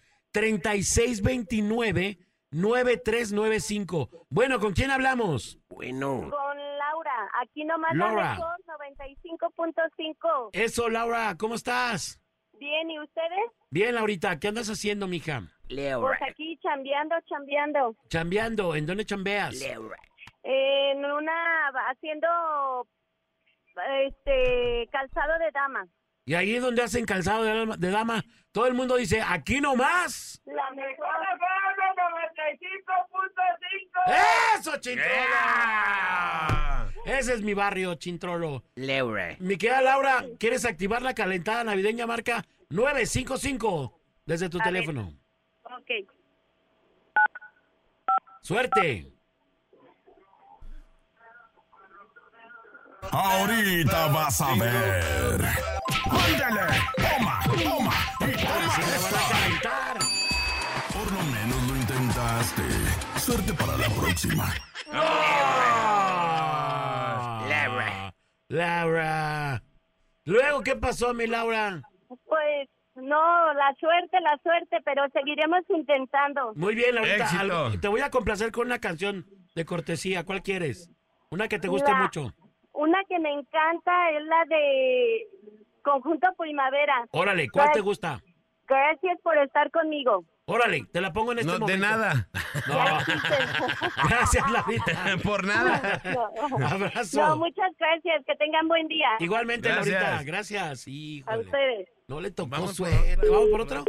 S2: 3629-9395. Bueno, ¿con quién hablamos?
S5: Bueno.
S13: Con Laura, aquí nomás
S2: Laura.
S13: la mejor 95.5.
S2: Eso, Laura, ¿cómo estás?
S13: Bien, ¿y ustedes?
S2: Bien, Laurita, ¿qué andas haciendo, mija?
S5: Laura.
S13: Pues aquí chambeando, chambeando.
S2: Chambeando, ¿en dónde chambeas?
S13: En una, haciendo, este, calzado de dama.
S2: Y ahí es donde hacen calzado de dama, de dama. Todo el mundo dice, aquí nomás.
S13: La mejor. 95.5.
S2: ¡Eso, Chintrolo! Ese es mi barrio, Chintrolo.
S5: Laura.
S2: Mi querida Laura, ¿quieres activar la calentada navideña marca 955 desde tu
S13: A ver.
S2: teléfono?
S13: Ok.
S2: ¡Suerte!
S1: Ahorita vas a ver. Ándale, toma, toma y toma
S2: esta.
S1: Por lo menos lo intentaste. Suerte para la próxima.
S4: Ah,
S5: Laura.
S2: Laura. Luego, ¿qué pasó, mi Laura?
S13: Pues, no, la suerte, la suerte, pero seguiremos intentando.
S2: Muy bien, Laurita.
S4: Éxito.
S2: algo- te voy a complacer con una canción de cortesía. ¿Cuál quieres? Una que te guste
S13: La-
S2: mucho.
S13: Una que me encanta es la de Conjunto Primavera.
S2: Órale, ¿cuál
S13: Gra-
S2: te gusta?
S13: Gracias por estar conmigo.
S2: Órale, te la pongo en este
S4: No, de
S2: momento.
S4: nada.
S2: No, gracias, Laurita.
S4: Por nada.
S13: No.
S2: Abrazo.
S13: No, muchas gracias. Que tengan buen día.
S2: Igualmente,
S4: Gracias.
S2: Laurita. Gracias.
S13: A
S2: Híjole.
S13: ustedes.
S2: No le tocó
S4: Vamos por
S2: suerte.
S4: otra.
S2: ¿Vamos por otro?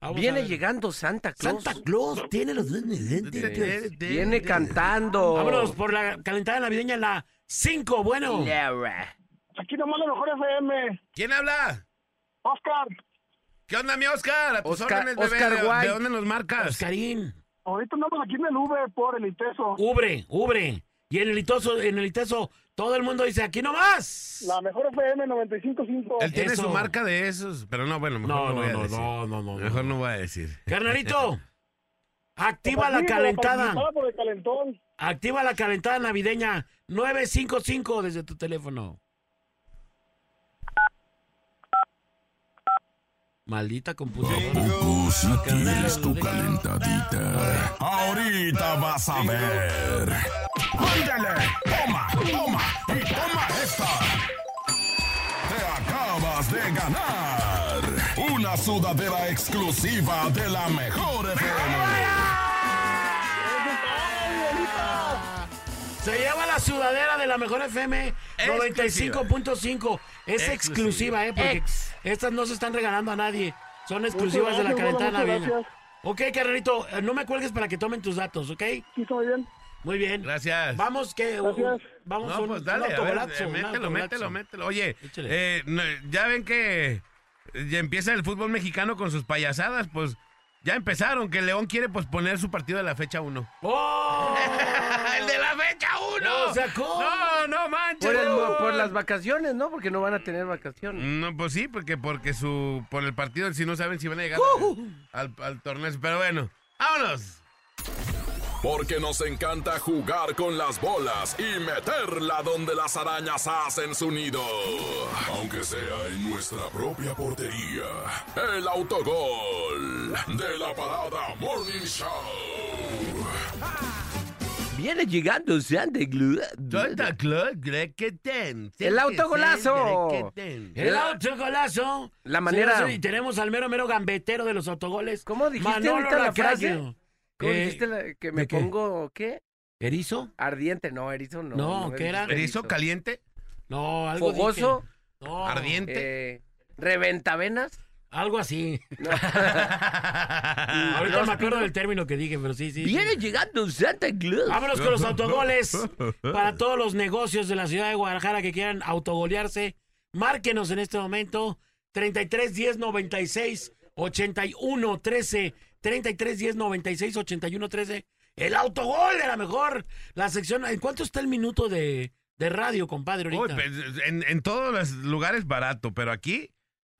S2: Vamos a
S5: Viene
S2: ver.
S5: llegando Santa Claus.
S2: Santa Claus tiene los dientes.
S5: Viene cantando.
S2: Vámonos pues. por la calentada navideña la 5. Bueno.
S5: Laura.
S10: Aquí nomás la mejor FM.
S4: ¿Quién habla?
S10: Oscar,
S4: ¿Qué onda, mi Oscar? A tus
S5: Oscar-
S4: órdenes, bebé.
S5: Oscar
S4: ¿De-
S5: White.
S4: ¿De dónde nos marcas?
S2: Oscarín.
S10: ahorita andamos aquí en el V por el Iteso.
S2: Ubre, ubre. Y en el itoso, en el iteso, todo el mundo dice, aquí nomás.
S10: mejor FM 95.5.
S4: Él tiene
S2: Eso.
S4: su marca de esos, pero no, bueno, mejor no,
S2: No, no,
S4: voy a
S2: no,
S4: decir.
S2: no, no, no,
S4: Mejor
S2: no.
S4: no voy a decir.
S2: Carnalito,
S10: Pues
S2: activa la calentada.
S10: por el calentón.
S2: Activa la calentada navideña 955 desde tu teléfono. Maldita computadora.
S1: Poco si tienes tu calentadita. Ahorita vas a ver. Ándale, toma, toma y toma esta. Te acabas de ganar una sudadera exclusiva de la mejor FM.
S2: Se lleva la sudadera de la mejor FM
S4: Exclusiva.
S2: 95.5. Es exclusiva, ¿eh? Porque
S5: Ex.
S2: estas no se están regalando a nadie. Son exclusivas de la calentada navideña. Ok, carnalito, eh, no me cuelgues para que tomen tus datos, ¿ok?
S10: Sí, está bien.
S2: Muy bien.
S4: Gracias.
S2: Vamos que... uh,
S10: Gracias.
S2: Vamos a
S4: No,
S2: un-
S4: pues
S2: un
S4: dale, a ver,
S2: autogolazo,
S4: eh,
S2: un
S4: mételo, mételo,
S2: autogolazo.
S4: mételo. Oye,
S2: Échale.
S4: eh, no, ya ven que eh, ya empieza el fútbol mexicano con sus payasadas, pues ya empezaron, que León quiere posponer su partido de la fecha 1.
S2: ¡Oh!
S4: ¡El de la fecha 1!
S2: No, o sea, ¿cómo?
S4: no, no manches.
S5: Por, el-
S4: León.
S5: por las vacaciones, ¿no? Porque no van a tener vacaciones.
S4: No, pues sí, porque, porque su por el partido, si no saben si van a llegar al, al torneo. Pero bueno, vámonos.
S1: Porque nos encanta jugar con las bolas y meterla donde las arañas hacen su nido. Aunque sea en nuestra propia portería. El autogol de la parada Morning Show.
S5: Viene llegando Santa Claus.
S4: Santa Claus, cree que ten.
S5: El autogolazo.
S4: Cree que ten.
S2: El autogolazo.
S5: La manera-
S2: Señoras, Y tenemos al mero, mero gambetero de los autogoles.
S5: ¿Cómo dijiste
S2: Manolo
S5: ahorita la
S2: Lacrayo.
S5: frase? ¿Cómo
S2: Eh,
S5: dijiste la- que me
S2: ¿de qué?
S5: pongo qué?
S2: ¿Erizo?
S5: Ardiente, no, erizo no.
S2: No,
S5: he
S2: ¿qué era?
S5: visto
S4: ¿Erizo caliente?
S2: No, algo
S5: ¿Fogoso?
S2: dije. No,
S4: ¿Ardiente?
S5: Eh, ¿Reventavenas?
S2: algo así.
S5: No.
S4: Ah.
S2: Ahorita
S5: Los
S2: me acuerdo
S5: pido-
S2: del término que dije, pero sí, Ah, sí. sí.
S5: Viene llegando Santa Claus.
S2: Vámonos con los autogoles. Para todos los negocios de la ciudad de Guadalajara que quieran autogolearse, márquenos en este momento. 33 10 96 81 13. 33 10 96 81 13. El autogol de la mejor. La sección. ¿En cuánto está el minuto de, de radio, compadre?
S4: Uy,
S2: Ahorita?
S4: pues, en, en todos los lugares barato, pero aquí,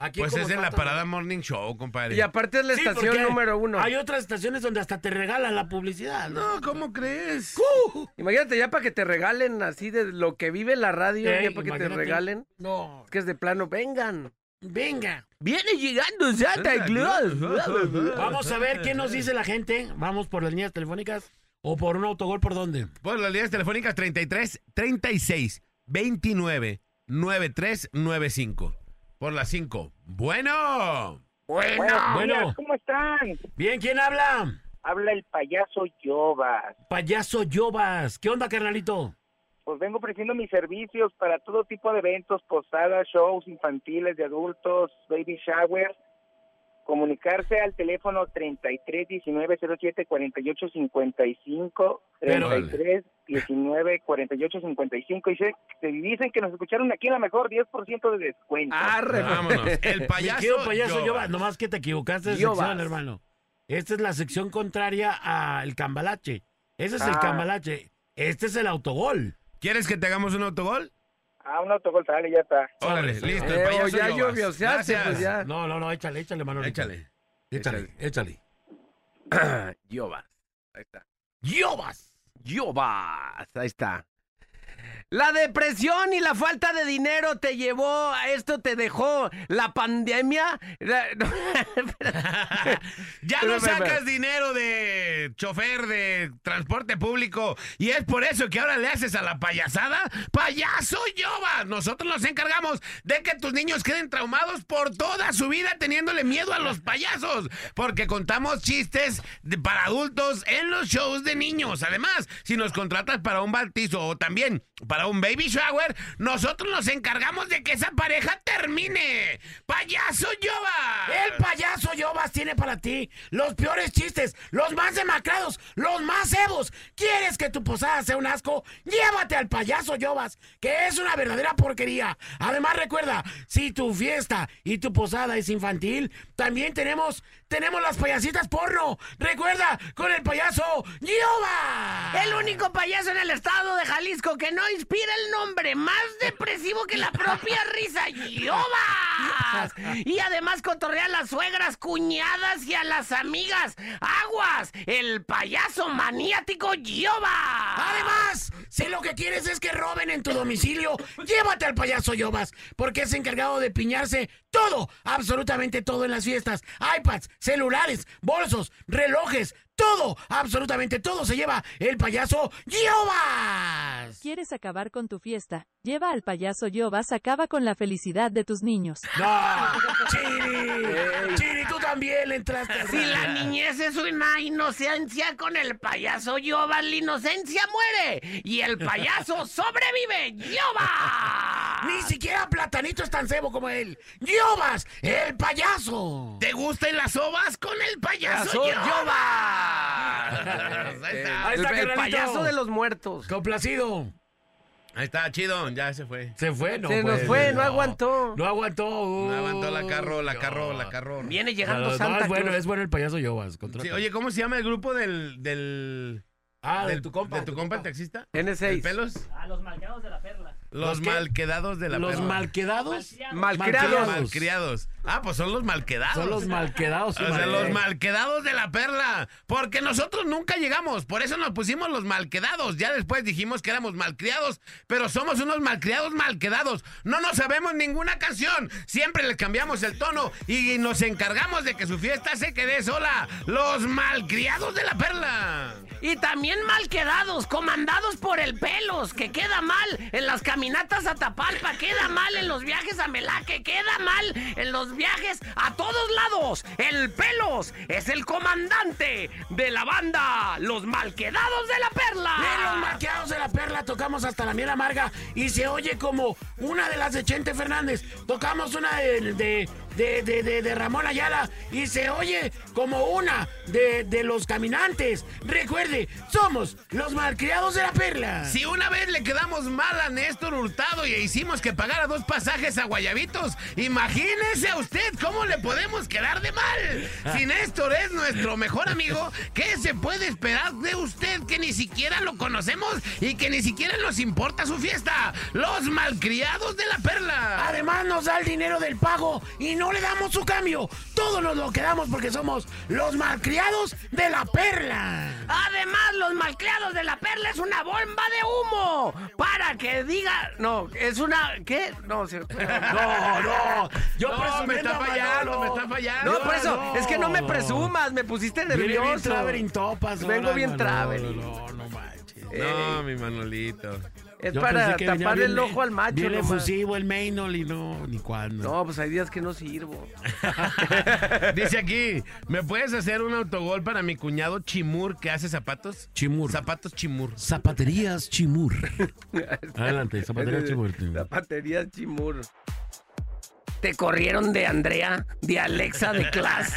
S2: Aquí
S4: pues
S2: como
S4: es en la
S2: tanto-
S4: parada Morning Show, compadre.
S5: Y aparte es la
S2: Sí,
S5: estación
S2: porque
S5: número uno.
S2: Hay otras estaciones donde hasta te regalan la publicidad. ¿no?
S4: No, ¿cómo crees?
S5: Imagínate ya para que te regalen así de lo que vive la radio,
S2: Ey,
S5: ya para que te
S2: imagínate.
S5: regalen.
S2: No.
S5: Es que es de plano, vengan.
S2: Venga.
S5: Viene llegando Santa Claus.
S2: Vamos a ver qué nos dice la gente. Vamos por las líneas telefónicas o por un autogol por dónde.
S4: Bueno, Pues, las líneas telefónicas 33 36 29 93 95. Por las 5. Bueno.
S5: Bueno,
S2: Bueno,
S14: ¿Cómo están?
S2: bien, ¿quién habla?
S14: Habla el payaso Yobas.
S2: Payaso Yobas. ¿Qué onda, carnalito?
S14: Pues vengo ofreciendo mis servicios para todo tipo de eventos, posadas, shows infantiles, de adultos, baby showers. Comunicarse al teléfono 33 19 07 48 55
S2: Pero-
S14: 33 19 48 55 y se, se dicen que nos escucharon aquí en la mejor 10% de descuento.
S5: arre. pues.
S4: Vámonos. El
S2: Mi
S4: payaso.
S2: querido payaso Yobas.
S4: Yobas.
S2: Nomás que te equivocaste de
S5: Yobas.
S2: sección, hermano. Esta es la sección contraria al cambalache. Ese es el
S14: Ah.
S2: cambalache. Este es el autogol.
S4: ¿Quieres que te hagamos un autogol?
S14: Ah, un autogol, sale, ya está.
S4: Órale,
S2: sí.
S4: listo. El
S5: Eh,
S4: payaso
S5: ya
S4: Yobas.
S5: llovió, se hace,
S4: Gracias.
S5: pues ya.
S2: No, no, no, échale, échale, Manolito.
S4: Échale.
S2: Échale, échale.
S5: Yobas. Ahí está.
S2: ¡Yobas!
S5: Yobas. Ahí está. La depresión y la falta de dinero te llevó, a esto te dejó la pandemia. La-
S4: Ya
S5: Espera,
S4: no
S5: espera,
S4: sacas
S5: espera.
S4: dinero de chofer de transporte público y es por eso que ahora le haces a la payasada. ¡Payaso Yoba! Nosotros nos encargamos de que tus niños queden traumados por toda su vida teniéndole miedo a los payasos, porque contamos chistes de- para adultos en los shows de niños. Además, si nos contratas para un bautizo o también para un baby shower, nosotros nos encargamos de que esa pareja termine. ¡Payaso Yoba!
S2: El payaso Yobas tiene para ti los peores chistes, los más demacrados, los más cebos. ¿Quieres que tu posada sea un asco? Llévate al payaso Yobas, que es una verdadera porquería. Además, recuerda, si tu fiesta y tu posada es infantil, también tenemos, tenemos las payasitas porno. Recuerda, con el payaso Yobas.
S5: El único payaso en el estado de Jalisco que no inspira el nombre más depresivo que la propia risa. ¡Yobas! Y además cotorrea a las suegras, cuñadas y a las amigas. ¡Aguas! El payaso maniático Yoba.
S2: Además, si lo que quieres es que roben en tu domicilio, llévate al payaso Yobas, porque es encargado de piñarse todo, absolutamente todo en las fiestas. iPads, celulares, bolsos, relojes, todo, absolutamente todo se lleva el payaso Yobas.
S15: ¿Quieres acabar con tu fiesta? Lleva al payaso Yobas, acaba con la felicidad de tus niños.
S2: No, Chiri, Chiri, tú también le entraste.
S5: Si la niñez es una inocencia con el payaso Yoba, la inocencia muere y el payaso sobrevive. ¡Yoba!
S2: Ni siquiera Platanito es tan cebo como él. Yobas, el payaso.
S4: ¿Te gustan las ovas con el payaso
S5: Payaso
S4: Yoba? Ahí está.
S2: Ahí
S5: el,
S2: está,
S5: el
S2: carnalito.
S5: payaso de los muertos.
S2: Complacido.
S4: Ahí está, chido, ya se fue.
S2: Se fue, no.
S5: Se nos
S2: pues,
S5: fue,
S2: no.
S5: no aguantó.
S2: No aguantó.
S4: No levantó la carro, la carro, la carro.
S5: Viene
S2: No,
S5: llegando
S2: no,
S5: Santa
S2: es bueno,
S5: Claus.
S2: es bueno el payaso Yobas. contra
S4: Sí, oye, ¿cómo se llama el grupo del... del
S2: ah,
S4: del- ¿De tu compa el taxista?
S5: N6.
S4: ¿El pelos?
S6: A los malgados de la perla.
S2: ¿Los
S4: Los,
S2: qué?
S4: malquedados de la
S2: Los
S4: perra.
S2: malquedados.
S5: Malcriados.
S4: Malcriados. Ah, pues son los malquedados.
S2: Son los malquedados.
S4: O sea,
S2: madre.
S4: los malquedados de la perla. Porque nosotros nunca llegamos. Por eso nos pusimos los malquedados. Ya después dijimos que éramos malcriados. Pero somos unos malcriados malquedados. No nos sabemos ninguna canción. Siempre le cambiamos el tono. Y nos encargamos de que su fiesta se quede sola. Los malcriados de la perla.
S5: Y también mal quedados, comandados por el pelos, que queda mal en las caminatas a Tapalpa, queda mal en los viajes a Melaque, queda mal en los los viajes a todos lados. El Pelos es el comandante de la banda Los Malquedados de la Perla.
S2: En los maqueados de la perla tocamos hasta la miel amarga y se oye como una de las de Chente Fernández. Tocamos una de, de, de, de- de- de Ramón Ayala y se oye como una de, de los caminantes. Recuerde, somos los malcriados de la perla.
S4: Si una vez le quedamos mal a Néstor Hurtado y hicimos que pagara dos pasajes a Guayabitos, imagínese a usted cómo le podemos quedar de mal. Si Néstor es nuestro mejor amigo, ¿qué se puede esperar de usted que ni siquiera lo conocemos y que ni siquiera nos importa su fiesta? Los malcriados de la perla.
S2: Además nos da el dinero del pago y no le damos su cambio. Todos nos lo quedamos porque somos los malcriados de la perla.
S5: Además, los malcleados de la perla es una bomba de humo. Para que diga. No, es una. ¿Qué? No, sí, no, no.
S4: No, me está
S5: presumiendo a
S4: fallando,
S5: Manolo.
S4: me está fallando.
S5: No, por eso,
S4: No.
S5: es que no me presumas, me pusiste
S4: Viene bien
S5: nervioso.
S4: traveling
S2: topas,
S5: Vengo
S4: ahora,
S5: bien
S4: Manolo,
S5: traveling.
S4: No, mi Manolito.
S5: Es
S2: Yo
S5: para
S2: pensé que venía
S5: tapar
S2: bien
S5: el
S2: le-
S5: ojo al macho.
S2: Bien
S5: nomás.
S2: efusivo el Maynol y no, ni cuándo.
S5: No, pues hay días que no sirvo.
S4: Dice aquí, ¿me puedes hacer un autogol para mi cuñado Chimur que hace zapatos?
S2: Chimur.
S4: Zapatos Chimur.
S2: Zapaterías Chimur. Adelante, zapaterías Chimur.
S5: Zapaterías Chimur. Te corrieron de Andrea, de Alexa, de Class.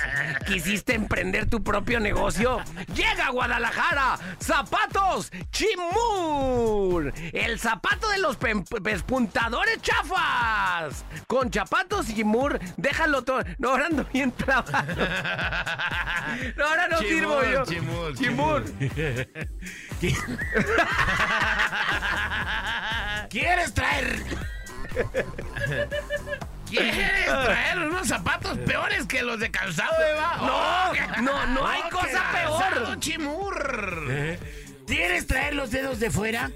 S5: Quisiste emprender tu propio negocio. Llega a Guadalajara. Zapatos Chimur. El zapato de los pem- pespuntadores chafas. Con zapatos Chimur, déjalo todo. No, ahora ando bien trabado. No, ahora no
S4: Chimur,
S5: sirvo yo.
S4: Chimur,
S5: Chimur.
S2: ¿Quieres traer?
S4: ¿Quieres
S5: Ah.
S4: traer unos zapatos peores que los de calzado, Eva?
S5: No, no, no hay cosa peor.
S4: Calzado Chimur.
S2: ¿Eh? ¿Quieres traer los dedos de fuera?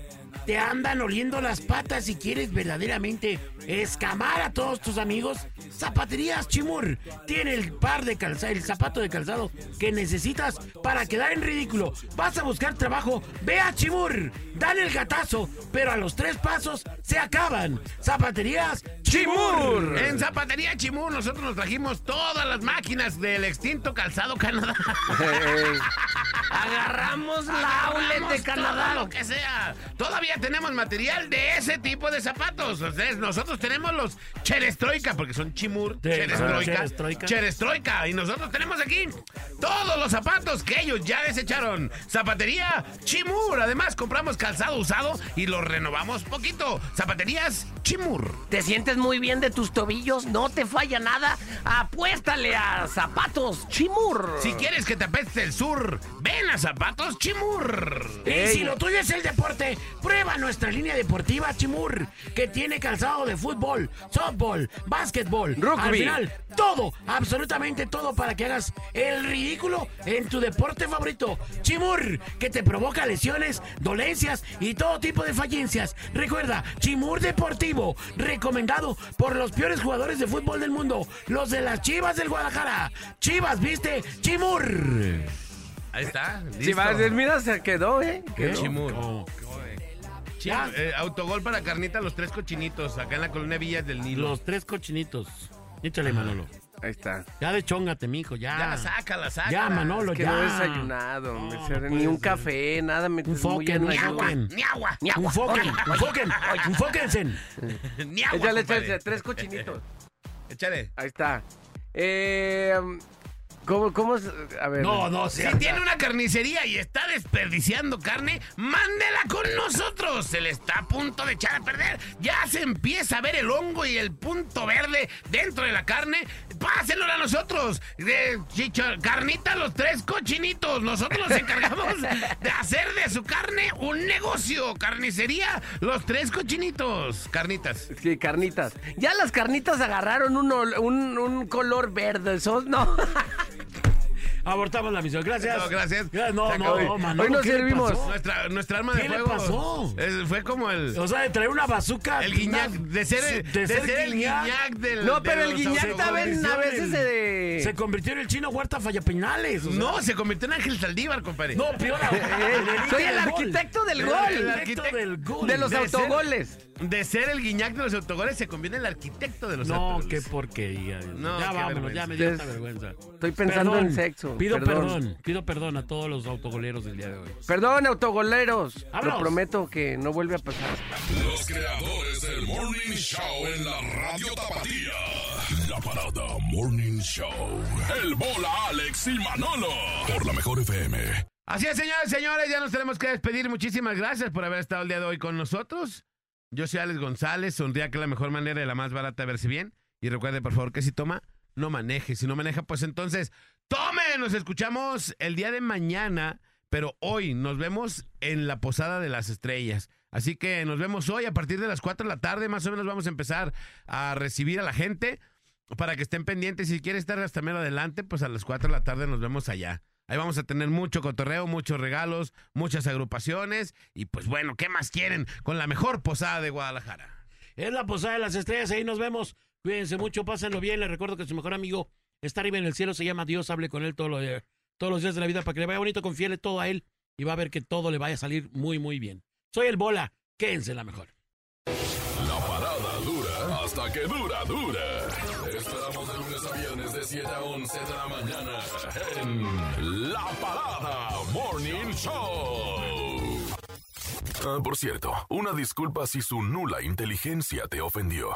S2: ¿Te andan oliendo las patas y quieres verdaderamente escamar a todos tus amigos? Zapaterías Chimur tiene el par de calzado, el zapato de calzado que necesitas para quedar en ridículo. Vas a buscar trabajo, ve a Chimur, dan el gatazo, pero a los tres pasos se acaban. Zapaterías Chimur.
S4: En Zapatería Chimur nosotros nos trajimos todas las máquinas del extinto calzado Canadá.
S5: Agarramos la outlet de
S4: Agarramos
S5: Canadá.
S4: todo lo que sea. Todavía tenemos material de ese tipo de zapatos. Ustedes- nosotros tenemos los Cherestroika, porque son Chimur,
S2: Sí,
S4: Cherestroika,
S2: Cherestroika.
S4: Cherestroika. Y nosotros tenemos aquí todos los zapatos que ellos ya desecharon. Zapatería Chimur. Además, compramos calzado usado y lo renovamos poquito. Zapaterías Chimur.
S5: ¿Te sientes muy bien de tus tobillos? ¿No te falla nada? Apuéstale a Zapatos Chimur.
S4: Si quieres que te apeste el sur, ven a Zapatos Chimur.
S2: Y si lo tuyo es el deporte, prueba nuestra línea deportiva Chimur, que tiene calzado de fútbol, softball, básquetbol,
S5: Rugby.
S2: Al final, todo, absolutamente todo para que hagas el ridículo en tu deporte favorito. Chimur, que te provoca lesiones, dolencias y todo tipo de fallencias. Recuerda, Chimur Deportivo, recomendado por los peores jugadores de fútbol del mundo, los de las Chivas del Guadalajara. Chivas, viste, Chimur.
S4: Ahí está.
S5: Si vas a decir, mira, se quedó, ¿eh? Quedó.
S4: Chimur. Chimur, eh, autogol para Carnita Los Tres Cochinitos, acá en la colonia Villas del Nilo.
S2: Los tres cochinitos. Échale, Manolo.
S5: Ahí está.
S2: Ya deschóngate, mijo, ya.
S4: Ya, sácala, sácala.
S2: Ya, Manolo,
S5: Es que
S2: ya.
S5: no he desayunado, me
S2: no
S5: sirve
S2: puede
S5: ni un
S2: ser.
S5: café, nada me pues,
S2: Un foquen, un foquen.
S4: Ni agua,
S5: Ni agua.
S2: Un foquen,
S5: Oye,
S2: un foquen, un foquensen.
S4: ni agua.
S5: Échale,
S4: compadre.
S5: échale, tres cochinitos.
S4: Échale.
S5: Ahí está. Eh, ¿Cómo, cómo? es? A ver.
S2: No, no,
S4: Si
S2: sea.
S4: tiene una carnicería y está desperdiciando carne, mándela con nosotros. Se le está a punto de echar a perder. Ya se empieza a ver el hongo y el punto verde dentro de la carne. Pásenlo a nosotros. De chicho- carnita los tres cochinitos. Nosotros nos encargamos de hacer de su carne un negocio. Carnicería los tres cochinitos. Carnitas.
S5: Sí, carnitas. Ya las carnitas agarraron un, ol- un, un color verde. Eso no.
S2: Abortamos la misión. Gracias.
S4: No, gracias.
S2: Gra- No,
S4: Se
S2: no,
S4: acabó.
S2: no, Manolo.
S5: Hoy nos
S2: ¿qué le
S5: servimos.
S2: pasó?
S4: Nuestra, nuestra arma de
S2: Oh. ¿Qué le
S4: fuego.
S2: pasó?
S4: Es- fue como el.
S2: O sea, de traer una bazuca.
S4: El guiñac,
S2: una-
S4: de ser, el- de ser el guiñac del.
S5: No,
S4: de
S5: pero el
S4: los
S5: guiñac
S4: autogoles.
S5: también a veces eh, se de...
S2: Se convirtió en el chino Huerta Fallapeñales. o sea.
S4: No, se convirtió en Ángel Saldívar, compadre.
S2: No, peor. aún,
S5: Eh,
S2: el
S5: soy
S2: del
S5: el
S2: gol.
S5: arquitecto del
S2: El
S5: gol.
S2: arquitecto del gol.
S5: De los
S4: Debe ser.
S5: autogoles.
S4: De ser el guiñac de los autogoles se convierte en el arquitecto de los
S2: No,
S4: autogoles.
S2: qué porquería.
S4: No,
S2: ya
S4: qué
S2: vámonos, ya me dio
S4: vergüenza.
S2: esta vergüenza.
S5: Estoy pensando en sexo,
S2: Pido
S5: perdón.
S2: perdón. pido perdón a todos los autogoleros del día de hoy.
S5: Perdón, autogoleros.
S2: Vámonos.
S5: Lo prometo que no vuelve a pasar.
S1: Los creadores del Morning Show en la radio tapatía. La parada Morning Show. El bola Alex y Manolo. Por la mejor FM.
S4: Así es, señores, señores, ya nos tenemos que despedir. Muchísimas gracias por haber estado el día de hoy con nosotros. Yo soy Alex González, sonría que la mejor manera y la más barata de verse bien. Y recuerde, por favor, que si toma, no maneje. Si no maneja, pues entonces, tome. Nos escuchamos el día de mañana, pero hoy nos vemos en la Posada de las Estrellas. Así que nos vemos hoy a partir de las 4 de la tarde, más o menos vamos a empezar a recibir a la gente para que estén pendientes. Si quiere estar hasta mero adelante, pues a las 4 de la tarde nos vemos allá. Ahí vamos a tener mucho cotorreo, muchos regalos, muchas agrupaciones. Y pues bueno, ¿qué más quieren? Con la mejor posada de Guadalajara.
S2: Es la Posada de las Estrellas, ahí nos vemos. Cuídense mucho, pásenlo bien. Les recuerdo que su mejor amigo está arriba en el cielo, se llama Dios, hable con él todo lo de- todos los días de la vida para que le vaya bonito, confíele todo a él y va a ver que todo le vaya a salir muy, muy bien. Soy el Bola, quédense la mejor.
S1: La parada dura hasta que dura, dura. Esperamos de lunes a viernes de 7 a 11 de la mañana en La Parada Morning Show. Ah, por cierto, una disculpa si su nula inteligencia te ofendió.